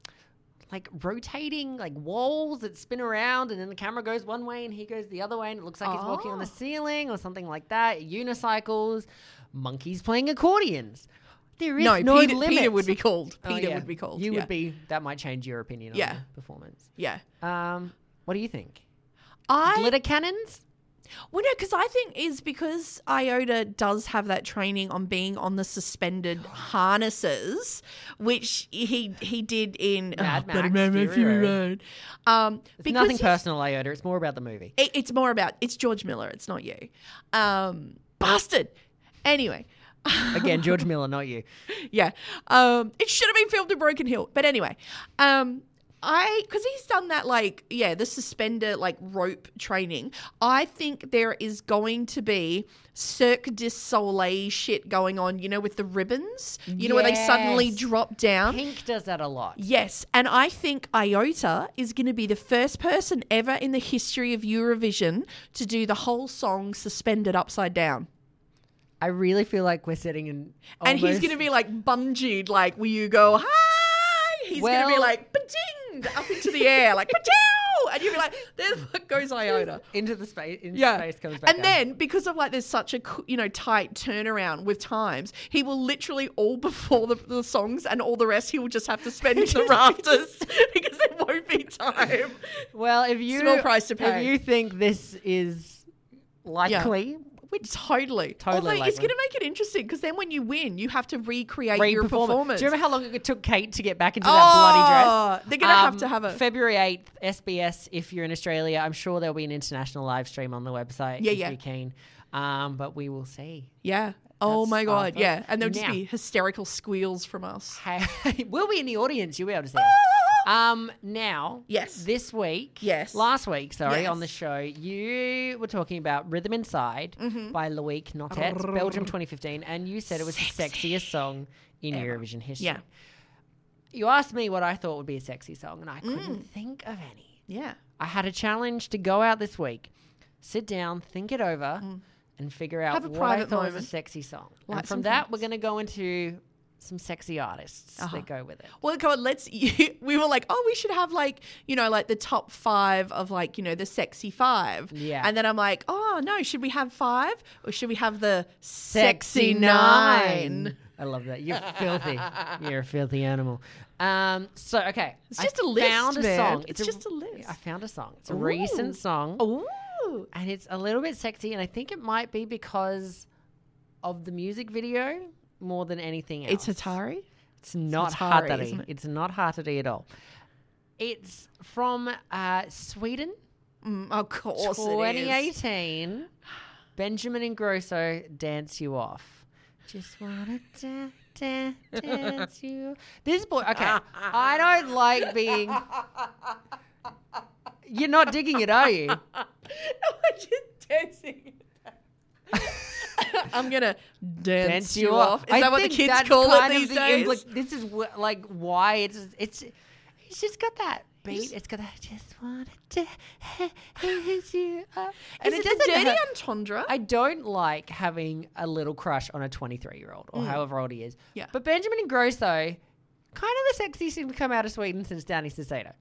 B: like rotating like walls that spin around, and then the camera goes one way and he goes the other way, and it looks like he's walking on the
C: Oh.
B: ceiling or something like that. Unicycles, monkeys playing accordions. There is
C: no,
B: no,
C: Peter,
B: limit.
C: Peter would be called.
B: Oh,
C: Peter
B: yeah.
C: would be called.
B: You
C: yeah.
B: would be. That might change your opinion
C: Yeah.
B: on the performance.
C: Yeah.
B: Um, what do you think?
C: I
B: Glitter cannons.
C: Well, no, because I think is because IOTA does have that training on being on the suspended harnesses, which he he did in uh,
B: Mad
C: Bloody
B: Max, Fury Road.
C: Um, because
B: Nothing
C: he's-
B: personal, Iota. It's more about the movie.
C: it- it's more about it's George Miller, it's not you, um, bastard. Anyway,
B: Again, George Miller, not you.
C: yeah. Um, it should have been filmed in Broken Hill. But anyway, um, I because he's done that like yeah the suspender like rope training. I think there is going to be Cirque du Soleil shit going on. You know with the ribbons. You know where they suddenly
B: Yes.
C: drop down.
B: Pink does that a lot.
C: Yes, and I think Iota is going to be the first person ever in the history of Eurovision to do the whole song suspended upside down.
B: I really feel like we're sitting in.
C: and he's going to be like bungeed, like will you go hi? He's going to be
B: Well-
C: like patinged up into the air, like pachow, and you'll be like, there the fuck goes Iona.
B: into the space. Into space comes back.
C: and then because of like there's such a cu- you know tight turnaround with times, he will literally all before the, the songs and all the rest, he will just have to spend in the rafters because there won't be time.
B: well, if you
C: Small price to pay.
B: if you think this is likely,
C: Which totally,
B: Totally
C: Although
B: likely.
C: it's going to make it interesting because then when you win, you have to recreate
B: great
C: your performance.
B: Do you remember how long it took Kate to get back into
C: Oh,
B: that bloody dress? Um,
C: they're gonna have to have a-
B: February eighth, SBS. If you're in Australia, I'm sure there'll be an international live stream on the website.
C: Yeah,
B: if
C: yeah.
B: You're keen, um, but we will see.
C: Yeah. Oh
B: That's
C: my
B: our
C: god.
B: thought.
C: Yeah. And there'll just
B: Now-
C: be hysterical squeals from us.
B: Hey, we'll be in the audience. You'll be able to see. us. Um, now,
C: Yes.
B: this week,
C: Yes.
B: last week, sorry,
C: Yes.
B: on the show, you were talking about "Rhythm Inside"
C: Mm-hmm.
B: by Loïc Notet, Belgium 2015, and you said it was the sexiest song in Eurovision history.
C: Yeah.
B: You asked me what I thought would be a sexy song, and I couldn't
C: Mm.
B: think of any.
C: Yeah.
B: I had a challenge to go out this week, sit down, think it over, and figure out
C: Mm. Have a
B: what I
C: private
B: thought was
C: moment.
B: a sexy song.
C: Light
B: and from
C: some
B: that, we're going to go into some sexy artists
C: Uh-huh.
B: that go with it.
C: Well, come on. Let's. We were like, oh, we should have like, you know, like the top five of like, you know, the sexy five.
B: Yeah.
C: And then I'm like, oh no, should we have five or should we have the
B: Sexy nine. I love that. You're filthy. You're a filthy animal. Um, so okay,
C: It's
B: I
C: just a list,
B: Found a
C: man.
B: song.
C: It's just a list.
B: I found a song. It's a
C: Ooh. Oh.
B: recent song,
C: Ooh.
B: and it's a little bit sexy. And I think it might be because of the music video more than anything else.
C: It's Atari.
B: It's not
C: Atari,
B: Hatari.
C: isn't it?
B: It's not Hatari at all. It's from uh, Sweden,
C: Mm, of course it is.
B: 2018. Benjamin Ingrosso, "Dance You Off." Just wanna da, da, dance you. This boy, okay, I don't like being. You're not digging it, are you?
C: I'm just dancing. I'm gonna dance,
B: Dance
C: you off. Is
B: I
C: that what the
B: think
C: kids
B: that's
C: call it
B: kind of
C: these
B: the
C: days?
B: impli- this is wh- like why it's it's. He's just got that beat. It's got that I just want to hit you up.
C: Is it, the dirty
B: ha-
C: entendre?
B: I don't like having a little crush on a 23 year old or however old he is.
C: Mm. Yeah.
B: But Benjamin Ingrosso, kind of the sexiest thing to come out of Sweden since Danny Saucedo.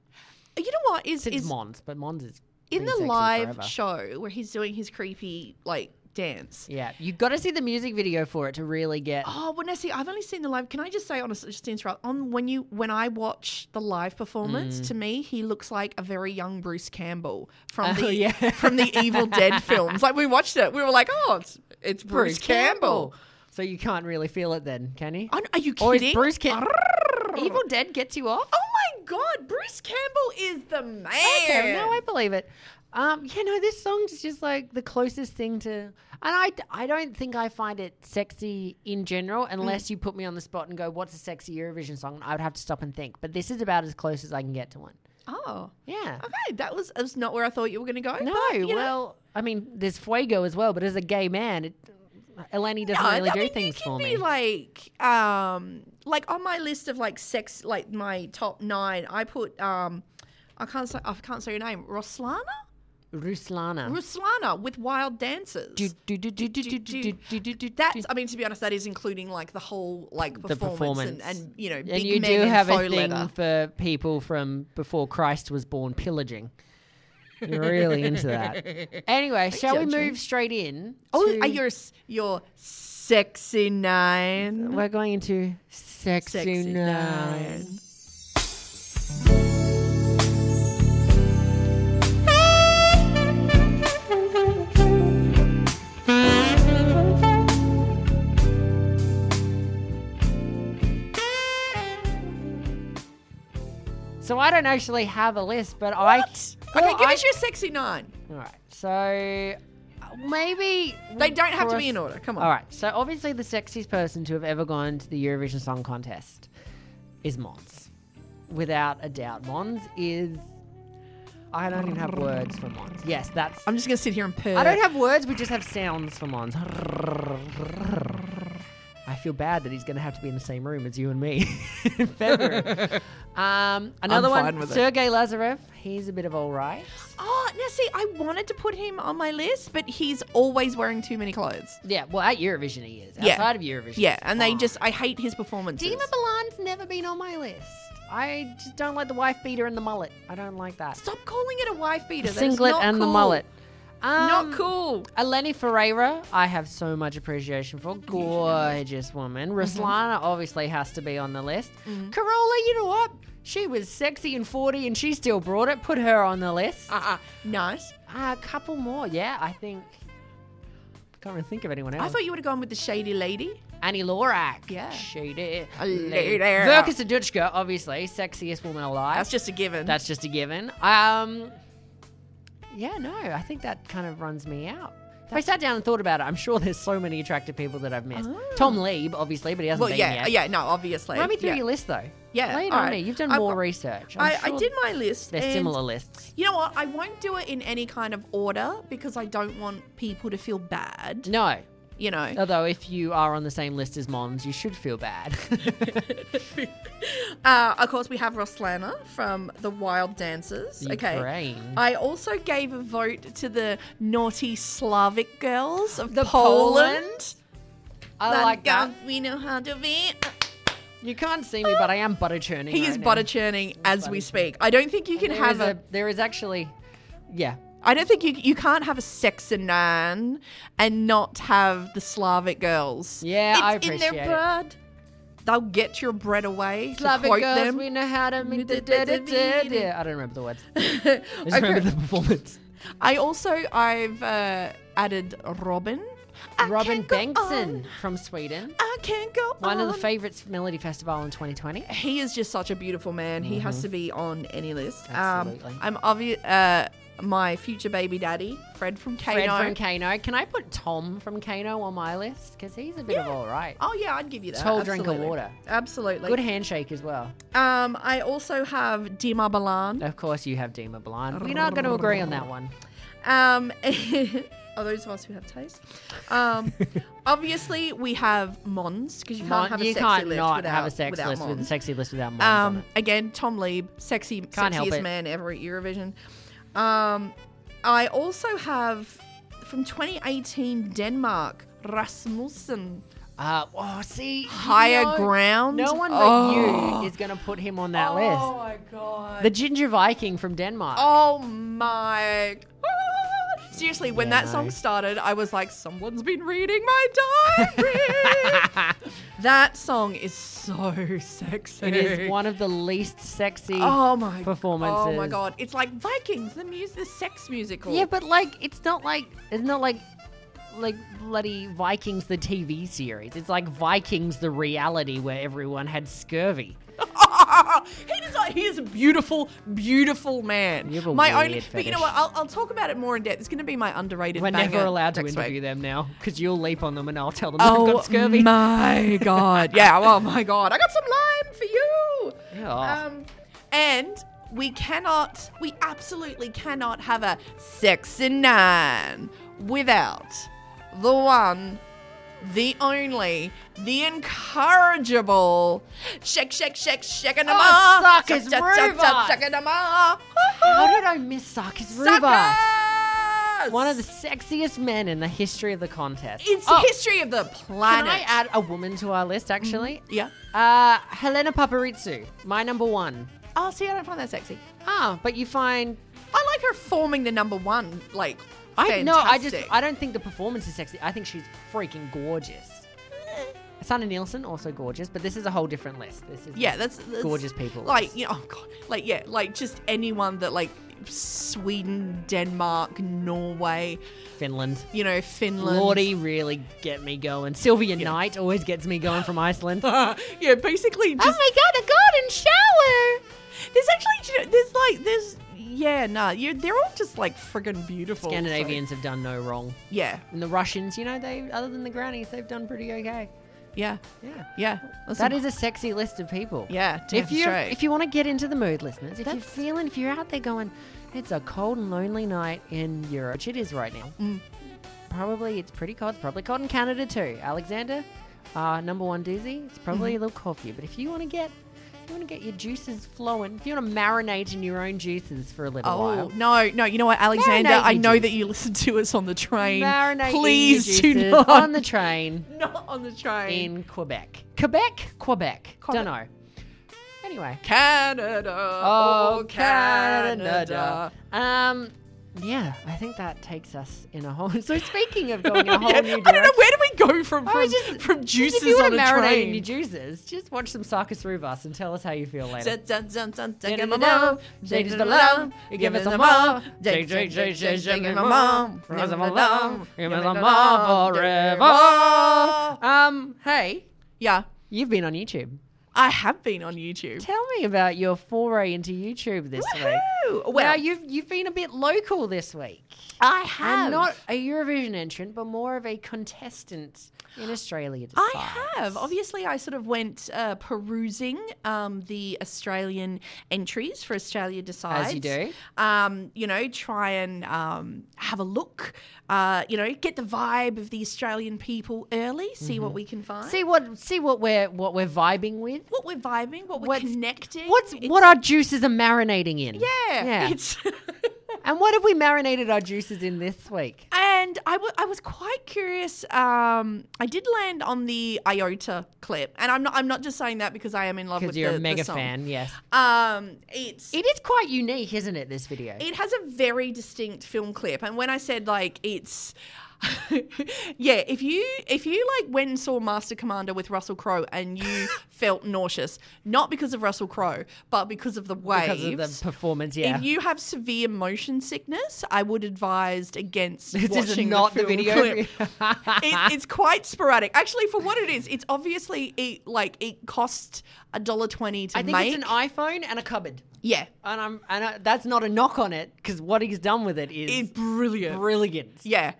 C: you know what is
B: Since
C: is
B: Mons, but Mons is
C: in
B: been
C: the
B: sexy
C: live
B: forever.
C: show where he's doing his creepy like dance.
B: Yeah, you've got to see the music video for it to really get.
C: Oh, well, now see, I've only seen the live. Can I just say, honestly, just to interrupt, on when you when I watch the live performance,
B: Mm.
C: to me, he looks like a very young Bruce Campbell from
B: Oh,
C: the
B: yeah.
C: from the Evil Dead films. Like we watched it, we were like, oh, it's it's Bruce, Campbell.
B: So you can't really feel it then, can you?
C: I know- Are you kidding?
B: Or is Bruce Campbell.
C: Evil.
B: Evil Dead gets you off?
C: Oh my God, Bruce Campbell is the man.
B: Okay, no, I believe it. Um, you know, this song is just like the closest thing to, and I, I don't think I find it sexy in
C: Mm.
B: general unless you put me on the spot and go, "What's a sexy Eurovision song?" I would have to stop and think. But this is about as close as I can get to one.
C: oh,
B: Yeah.
C: okay, that was that was not where I thought you were going to go.
B: No,
C: but, you know,
B: well, I mean, there's Fuego as well, but as a gay man, it, Eleni doesn't
C: No,
B: really
C: I
B: do
C: mean, you
B: things
C: can
B: for
C: be
B: me.
C: like, um, like on my list of like sex, like my top nine, I put, um, I can't say, I can't say your name, Roslana,
B: Ruslana.
C: Ruslana with wild dances.
B: Do, do, do, do, do, do,
C: do,
B: do, do, do, do, do.
C: That's, I mean, to be honest, that is including like the whole like performance,
B: performance.
C: And, and you know, big
B: and you
C: men
B: do
C: in
B: have a
C: faux
B: thing
C: leather.
B: for people from before Christ was born pillaging. You're really into that. Anyway, shall we
C: judge me.
B: move straight in?
C: Oh,
B: to-
C: are your s- your sexy nine?
B: we're going into sexy,
C: Sexy
B: nine.
C: nine.
B: So I don't actually have a list, but I
C: Okay,
B: Well,
C: give
B: I-
C: us your sexy nine.
B: All right. So uh, maybe
C: They don't have to be in
B: order.
C: order. Come on.
B: All right. So obviously, the sexiest person to have ever gone to the Eurovision Song Contest is Mons, without a doubt. Mons is. I don't even have words for Mons. Yes, that's.
C: I'm just gonna sit here and purr.
B: I don't have words. We just have sounds for Mons. I feel bad that he's going to have to be in the same room as you and me in February. um, another
C: fine
B: one,
C: with it.
B: Sergey Lazarev. He's a bit of all right.
C: Oh, now see, I wanted to put him on my list, but he's always wearing too many clothes.
B: Yeah, well, at Eurovision he is. Outside
C: Yeah.
B: of Eurovision.
C: Yeah,
B: he's
C: and they
B: fine.
C: just, I hate his performances.
B: Dima Balan's never been on my list. I just don't like the wife beater and the mullet. I don't like that.
C: Stop calling it a wife beater.
B: The
C: That is
B: singlet
C: not
B: and the
C: cool.
B: mullet.
C: Not
B: Um,
C: cool.
B: Eleni Ferreira, I have so much appreciation for. Gorgeous woman. Ruslana obviously has to be on the list. Carola, you know what? She was sexy and 40 and she still brought it. Put her on the list.
C: Uh uh Nice.
B: Ah, a couple more. Yeah, I think. I can't really think of anyone else.
C: I thought you would have gone with the shady lady.
B: Annie Lorak.
C: Yeah.
B: Shady.
C: A lady.
B: Verka Sadutchka, obviously. Sexiest woman alive.
C: That's just a given.
B: That's just a given. Um, yeah, no, I think that kind of runs me out. If I sat down and thought about it, I'm sure there's so many attractive people that I've missed. Tom Lieb, obviously, but he hasn't
C: Oh. well,
B: been
C: yeah,
B: yet.
C: yeah, no, obviously.
B: Run me through
C: yeah.
B: your list, though.
C: Yeah,
B: Lay it
C: all
B: on
C: right.
B: me. You've done
C: I've-
B: more research. I'm
C: I, I
B: sure
C: did my list.
B: They're
C: and
B: similar lists.
C: You know what? I won't do it in any kind of order because I don't want people to feel bad.
B: No.
C: You know.
B: Although, if you are on the same list as Mons, you should feel bad.
C: Uh, of course, we have Roslana from the Wild Dancers. Okay.
B: Ukraine.
C: I also gave a vote to the naughty Slavic girls of
B: The
C: Poland.
B: I like that.
C: girls, We know how to be.
B: You can't see me, but I am butter churning.
C: He
B: right
C: is
B: now.
C: butter churning as we speak. I don't think you can
B: There
C: have
B: is
C: a.
B: a- There is actually, yeah.
C: I don't think you you can't have a sex and nan and not have the Slavic girls.
B: Yeah,
C: it's
B: I
C: in
B: appreciate
C: their
B: it.
C: blood. They'll get your bread away. to
B: Slavic
C: quote
B: girls,
C: them.
B: we know how to make the da, da, da, da.
C: Da-da-da-da-da.
B: I don't remember the words. I just remember
C: Okay.
B: the performance.
C: I also I've uh, added Robin. I
B: Robin
C: can't go
B: Bengtsson
C: on.
B: from Sweden.
C: I can't go
B: One of the
C: on.
B: favourites for Melody Festival in 2020.
C: he is just such a beautiful man. He has
B: Mm-hmm.
C: to be on any list.
B: Absolutely.
C: Um, I'm obvious. Uh, my future baby daddy, Fred from Kano.
B: Fred from Kano. Can I put Tom from Kano on my list? Because he's a bit of all right.
C: Oh yeah, I'd give you that.
B: Tall drink of water.
C: Absolutely.
B: Good handshake as well.
C: Um, I also have Dima Balan.
B: Of course, you have Dima Blind. We're not going to agree on that one.
C: Um, are those of us who have taste? Um, obviously, we have Mons because you can't
B: Mon-
C: have a
B: you
C: sexy
B: can't
C: list
B: not
C: without,
B: have a sex
C: without
B: list with a
C: Mons.
B: sexy list without Mons on
C: Um,
B: it.
C: again, Tom Lieb, sexy,
B: Can't help
C: sexiest
B: it.
C: man ever at Eurovision. Um, I also have from 2018 Denmark Rasmussen
B: Uh, oh, see, you
C: Higher
B: know,
C: Ground.
B: No one but
C: oh.
B: you is going to put him on that
C: Oh
B: list.
C: my god.
B: The Ginger Viking from Denmark.
C: Oh my. God. Seriously, when
B: Yeah,
C: that
B: no.
C: song started, I was like, someone's been reading my diary. that song is so sexy.
B: it is one of the least sexy.
C: Oh my Oh my
B: performances.
C: god! It's like Vikings, the music, the sex musical.
B: Yeah, but like it's not like it's not like like bloody Vikings the TV series. It's like Vikings the reality where everyone had scurvy.
C: he does not. He is a beautiful, beautiful man.
B: You have a
C: my
B: weird
C: only, but you know
B: fetish.
C: what? I'll, I'll talk about it more in depth. It's going to be my underrated.
B: We're
C: banger
B: never allowed to
C: next
B: interview
C: week.
B: them now because you'll leap on them and I'll tell them
C: Oh
B: I've got scurvy.
C: my god! Yeah. Oh my god! I got some lime for you.
B: Yeah.
C: Um, and we cannot, we absolutely cannot have a sex in nine without the one, the only, the incorrigible shake, shake, shake, shake and a
B: Oh,
C: ma.
B: suck
C: Shake,
B: is
C: shake, shake, shake,
B: Ruvas.
C: shake and a ma.
B: How did I miss Sarkis Rubas?
C: Suckers!
B: One of the sexiest men in the history of the contest.
C: It's
B: Oh,
C: the history of the
B: Can
C: planet.
B: I add a woman to our list actually?
C: Yeah.
B: Uh, Helena Paparizou, my number one.
C: Oh, see, I don't find that sexy.
B: Ah, but you find
C: I like her forming the number one. Like,
B: I no, I just
C: fantastic.
B: I don't think the performance is sexy. I think she's freaking gorgeous. Sanna Nielsen also gorgeous, but this is a whole different list. This is
C: Yeah, that's, that's
B: gorgeous people.
C: Like
B: list.
C: you know, oh god, like yeah, like just anyone that like Sweden, Denmark, Norway,
B: Finland.
C: you know, Finland.
B: Lordy really get me going. Sylvia Knight always gets me going from Iceland. oh
C: yeah, basically just
B: god, a garden shower!
C: there's actually you know, there's like there's yeah nah you they're all just like friggin' beautiful. so-
B: Scandinavians have done no wrong.
C: yeah,
B: And the Russians, you know, they other than the grannies, they've done pretty okay.
C: yeah,
B: Yeah.
C: yeah.
B: That is a sexy list of people.
C: Yeah, damn
B: If you
C: straight.
B: if you want to get into the mood, listeners, if you're feeling, if you're out there going, it's a cold and lonely night in Europe, which it is right now. Probably it's pretty cold. It's probably cold in Canada too. Alexander, uh, number one doozy. It's probably a little cold for you, but if you want to get you want to get your juices flowing. If you want to marinate in your own juices for a little
C: Oh
B: while,
C: no, no! You know what, Alexander?
B: Marinate
C: I
B: your
C: know
B: juice.
C: that you listen to us on the train.
B: marinate
C: Please
B: in your
C: do
B: juices
C: not
B: on the train.
C: not on the train.
B: in Quebec. Quebec? Quebec. Don't
C: Quebec.
B: know. Anyway.
C: Canada, oh Canada.
B: Um, yeah, I think that takes us in a whole. So speaking of going a whole
C: Yeah,
B: new
C: I don't know
B: direction,
C: where do we go from
B: I
C: from,
B: was just-
C: from
B: just
C: juices
B: if you
C: on
B: want
C: a
B: to marinate
C: train.
B: in your juices, just watch some Sarkis Rubas and tell us how you feel later.
C: Dun, dun, dun, dun,
B: Give us
C: give my
B: a
C: mom.
B: love, Jade
C: Jade is
B: is
C: my
B: the
C: love.
B: love,
C: Give
B: give
C: us
B: us
C: a
B: a
C: mom.
B: mom.
C: Jade,
B: Jade,
C: Jade,
B: Jade, Jade,
C: Jade, Jade,
B: Jade,
C: Jade,
B: Jade,
C: my
B: Give
C: mom.
B: us a
C: Give us a
B: love,
C: love.
B: give us
C: Give
B: a
C: us a
B: love
C: love.
B: forever. Um, hey,
C: Yeah,
B: you've been on YouTube.
C: I have been on YouTube.
B: Tell me about your foray into YouTube this week.
C: Woohoo!
B: Well,
C: Well,
B: you've you've been a bit local this week.
C: I
B: And not a Eurovision entrant, but more of a contestant in Australia.
C: I
B: decides.
C: have. Obviously, I sort of went uh, perusing um, the Australian entries for Australia Decides.
B: you do.
C: Um, you know, try and um, have a look, uh, you know, get the vibe of the Australian people early, see what we can find.
B: Mm-hmm. See what see what we're what we're vibing with.
C: what we're vibing, what we're
B: What's-
C: connecting.
B: What's
C: It's-
B: what our juices are marinating in?
C: Yeah.
B: yeah.
C: It's
B: and what have we marinated our juices in this week?
C: and I wa- I was quite curious. Um, I did land on the IOTA clip, and I'm not. I'm not just saying that because I am in love with
B: Because you're
C: the,
B: a
C: the
B: mega
C: song.
B: fan, yes.
C: Um, it's
B: It is quite unique, isn't it? This video.
C: it has a very distinct film clip and when i said like it's yeah if you if you like went and saw master commander with russell crowe and you felt nauseous not because of russell crowe but because of the waves
B: because of the performance, yeah.
C: if you have severe motion sickness i would advise against
B: this is
C: watching
B: not the,
C: the, film
B: video.
C: clip it, it's quite sporadic. Actually, for what it is, it's obviously it like it cost a dollar twenty to
B: I think
C: make.
B: it's an iPhone and a cupboard.
C: yeah,
B: And I'm and I, that's not a knock on it because what he's done with it is
C: it's brilliant.
B: brilliant.
C: Yeah. It-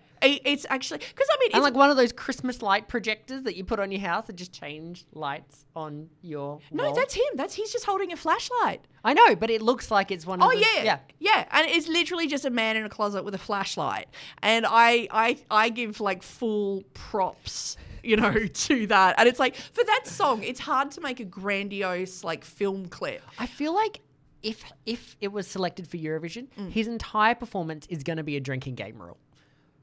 C: it's actually because I mean,
B: And
C: it's
B: like one of those Christmas light projectors that you put on your house and just change lights on your
C: no,
B: wall.
C: that's him. That's he's just holding a flashlight.
B: I know, but it looks like it's one of
C: Oh
B: those-
C: yeah, yeah, and it's literally just a man in a closet with a flashlight. And I, I, I give like full props, you know, to that. And it's like for that song, it's hard to make a grandiose like film clip.
B: I feel like if if it was selected for Eurovision,
C: Mm.
B: his entire performance is going to be a drinking game rule.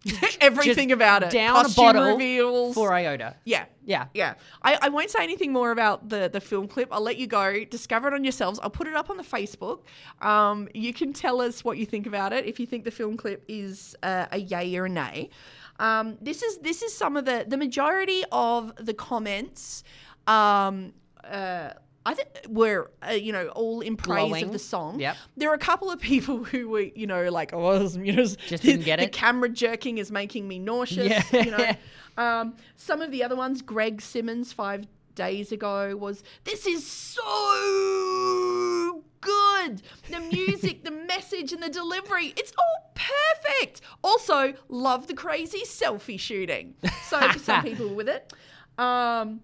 B: Just
C: Everything about it,
B: Down
C: Costume
B: a bottle
C: reveals.
B: for Iota.
C: yeah.
B: Yeah.
C: Yeah, I, I won't say anything more about the, the film clip. I'll let you go. Discover it on yourselves. I'll put it up on the Facebook. Um, you can tell us what you think about it. If you think the film clip is uh, a yay or a nay, um, this is this is some of the the majority of the comments. Um, uh, I think were uh, you know all in praise
B: Glowing.
C: of the song.
B: Yep.
C: There are a couple of people who were you know like oh this, you know,
B: Just didn't get
C: the
B: it.
C: camera jerking is making me nauseous.
B: Yeah.
C: You know. Um, some of the other ones, Greg Simmons five days ago was this is so good. The music, the message, and the delivery. It's all perfect. Also, love the crazy selfie shooting. So for some people with it. Um,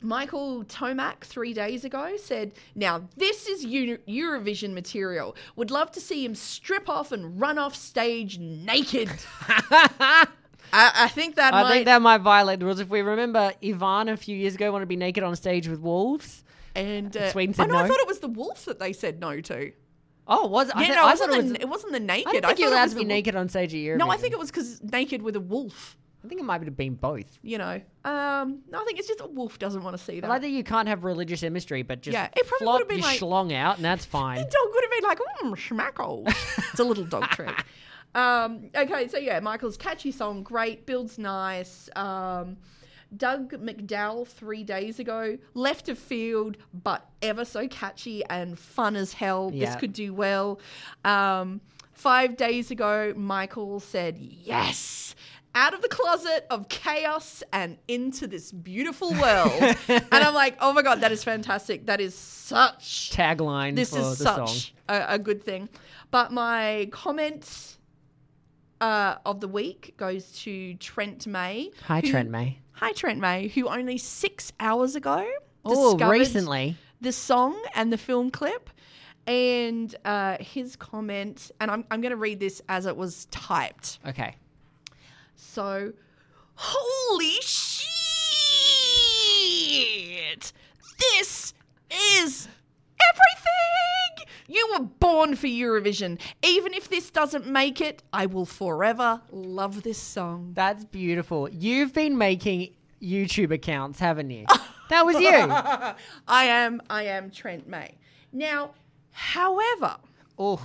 C: Michael Tomac three days ago said, Now this is Euro- Eurovision material. Would love to see him strip off and run off stage naked. I, I think that
B: I
C: might.
B: think that might violate the rules. If we remember, Ivan a few years ago wanted to be naked on stage with wolves.
C: and uh,
B: Sweden
C: oh,
B: said
C: no, I
B: no.
C: thought it was the wolf that they said no to. Yeah,
B: Oh, was I,
C: no,
B: th-
C: it,
B: I
C: wasn't
B: thought it
C: the,
B: was.
C: it wasn't the naked.
B: I don't
C: thought
B: think you're
C: it
B: allowed
C: was
B: to
C: the
B: be
C: wolf.
B: naked on stage at Eurovision.
C: No, I think it was because naked with a wolf.
B: I think it might have been both.
C: You know, um, no, I think it's just a wolf doesn't want to see that.
B: But I think you can't have religious imagery, but just
C: Yeah, it probably
B: flop
C: would've been
B: your
C: like-
B: schlong out, and that's
C: the
B: fine.
C: dog would have been like, mm, schmackle. it's a little dog trick. Um, okay, so yeah, Michael's catchy song, great, builds nice. Um, Doug McDowell three days ago, left of field, but ever so catchy and fun as hell. This
B: Yeah.
C: could do well. Um, five days ago, Michael said, yes. Out of the closet of chaos and into this beautiful world. and I'm like, oh my God, that is fantastic. That is such
B: Tagline
C: this
B: for
C: is
B: the song.
C: such a, a good thing. But my comment uh, of the week goes to Trent May.
B: Hi, Trent May.
C: Hi, Trent May, who only six hours ago
B: Oh,
C: discovered
B: recently.
C: the song and the film clip. And uh, his comment, and I'm, I'm going to read this as it was typed.
B: Okay.
C: So, holy shit! This is everything! You were born for Eurovision. Even if this doesn't make it, I will forever love this song.
B: That's beautiful. You've been making YouTube accounts, haven't you? that was you.
C: I am, I am Trent May. Now, however,
B: Oh,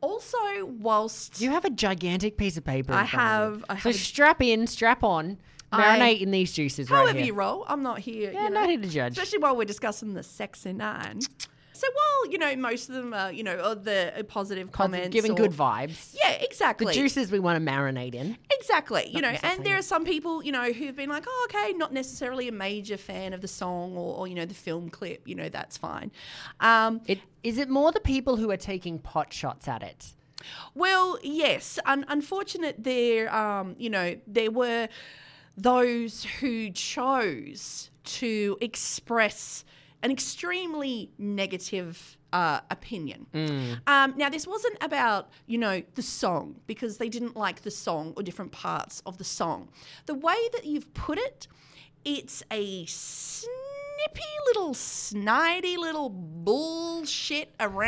C: also whilst
B: you have a gigantic piece of paper. in
C: I
B: front of you.
C: have- I
B: so
C: have a- uh, "Oh, Um, um, uh, Um,
B: "Oh,
C: oh, um,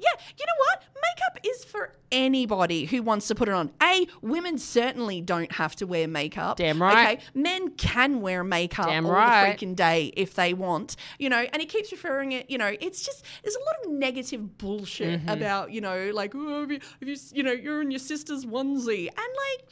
C: Yeah, you know what? Makeup is for anybody who wants to put it on. A, women certainly don't have to wear makeup.
B: Damn right.
C: Okay, men can wear makeup
B: Damn
C: all
B: right.
C: the freaking day if they want. You know, and it keeps referring it. You know, it's just there's a lot of negative bullshit
B: Mm-hmm.
C: about you know, like oh, if you, if you you know you're in your sister's onesie and like.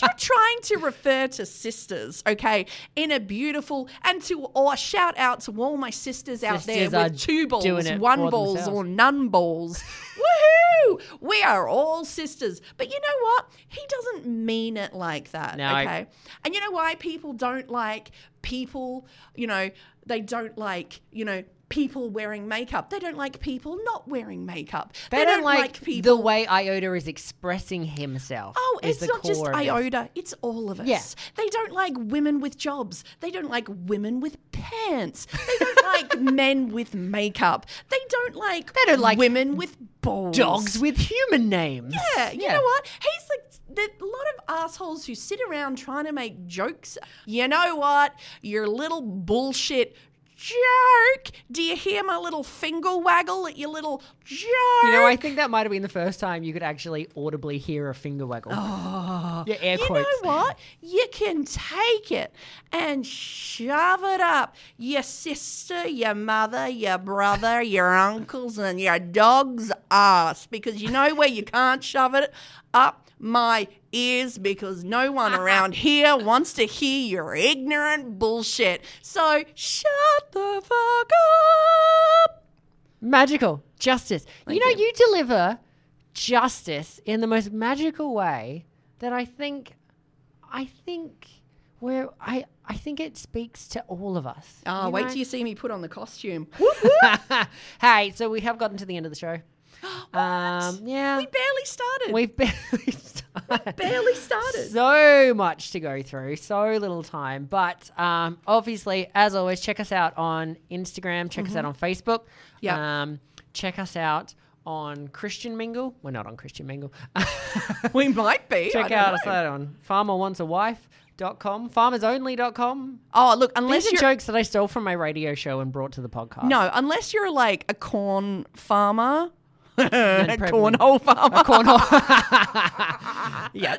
C: you're trying to refer to sisters, okay, in a beautiful and to or shout out to all my sisters out
B: Sisters
C: there
B: are
C: with two balls,
B: doing it
C: one
B: for
C: balls,
B: themselves.
C: or nun balls. Woohoo! We are all sisters. But you know what? He doesn't mean it like that.
B: No, I-
C: okay. And you know why people don't like people, you know, they don't like, you know, people wearing makeup. They don't like people not wearing makeup.
B: They, don't, like, the way Iota is expressing himself.
C: Oh,
B: is
C: it's
B: the
C: not just
B: core of this.
C: iota. It's all of us.
B: Yeah.
C: They don't like women with jobs. They don't like women with pants. They don't like men with makeup. They don't like they
B: don't like
C: women with balls.
B: Dogs with human names.
C: Yeah, you know what? He's like the lot of assholes who sit around trying to make jokes. You know what? Your little bullshit joke. Do you hear my little finger waggle at your little joke?
B: You know, I think that might have been the first time you could actually audibly hear a finger waggle. Oh, yeah, air
C: you
B: quotes.
C: know what? You can take it and shove it up your sister, your mother, your brother, your uncles, and your dog's ass because you know where you can't shove it up my ears because no one around here wants to hear your ignorant bullshit. So shut the fuck up.
B: Magical justice. you
C: Thank
B: know, you.
C: you.
B: deliver justice in the most magical way that I think, I think, where I, I think it speaks to all of us.
C: Ah, wait
B: know?
C: till you see me put on the costume.
B: hey, so we have gotten to the end of the show. Um, yeah,
C: We barely started.
B: we've barely started.
C: barely started.
B: so much to go through, so little time. But um, obviously, as always, check us out on Instagram, check us out on Facebook,
C: Mm-hmm. Yep.
B: um, check us out on Christian Mingle. We're not on Christian Mingle.
C: we might be. I
B: check
C: don't
B: out us
C: know.
B: out on farmerwantsawife.com, farmersonly.com.
C: Oh, look,
B: These
C: unless
B: are
C: you're
B: jokes that I stole from my radio show and brought to the podcast.
C: No, unless you're like a corn farmer,
B: prevalent.
C: cornhole farmer.
B: Yeah.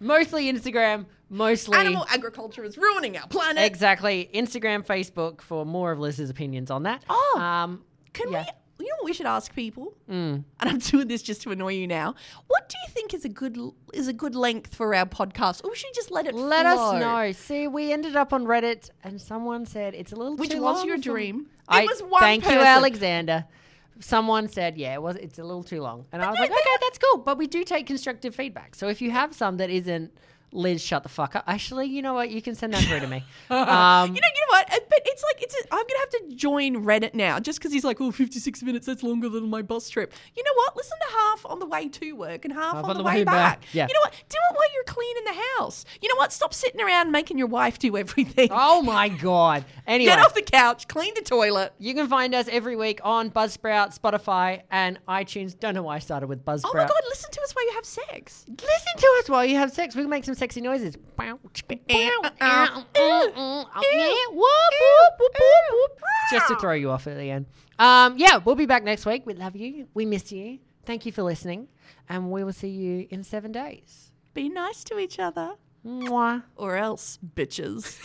B: mostly Instagram, mostly.
C: Animal agriculture is ruining our planet.
B: Exactly. Instagram, Facebook for more of Liz's opinions on that.
C: Oh.
B: Um,
C: Can
B: yeah. Mm.
C: we? You know, what we should ask people. And I'm doing this just to annoy you now. What do you think is a good is a good length for our podcast, or should we just let it?
B: Let
C: flow?
B: us know. See, we ended up on Reddit, and someone said it's a little
C: Which
B: too
C: was
B: long
C: your
B: for-
C: dream.
B: I,
C: it was one
B: Thank you,
C: person.
B: Alexander. Someone said, "Yeah, it was. It's a little too long," and I was like, "Okay, that's cool." But we do take constructive feedback, so if you have some that isn't Liz, shut the fuck up. Actually, you know what? You can send that through to me. Um,
C: You know, you know what? Uh, But it's like it's. A, I'm gonna have to join Reddit now, just because he's like, oh, 56 minutes. That's longer than my bus trip. You know what? Listen to half on the way to work and half, on, the, way, back.
B: Yeah.
C: You know what? Do it while you're cleaning the house. You know what? Stop sitting around making your wife do everything.
B: oh my god! Anyway,
C: Get off the couch, clean the toilet.
B: You can find us every week on Buzzsprout, Spotify, and iTunes. Don't know why I started with Buzzsprout.
C: Oh my god! Listen to us while you have sex.
B: Listen to us while you have sex. We can make some sexy noises. Just to throw you off at the end. Um, yeah, we'll be back next week. We love you. We miss you. Thank you for listening. And we will see you in seven days.
C: Be nice to each other,
B: Mwah.
C: or else, bitches.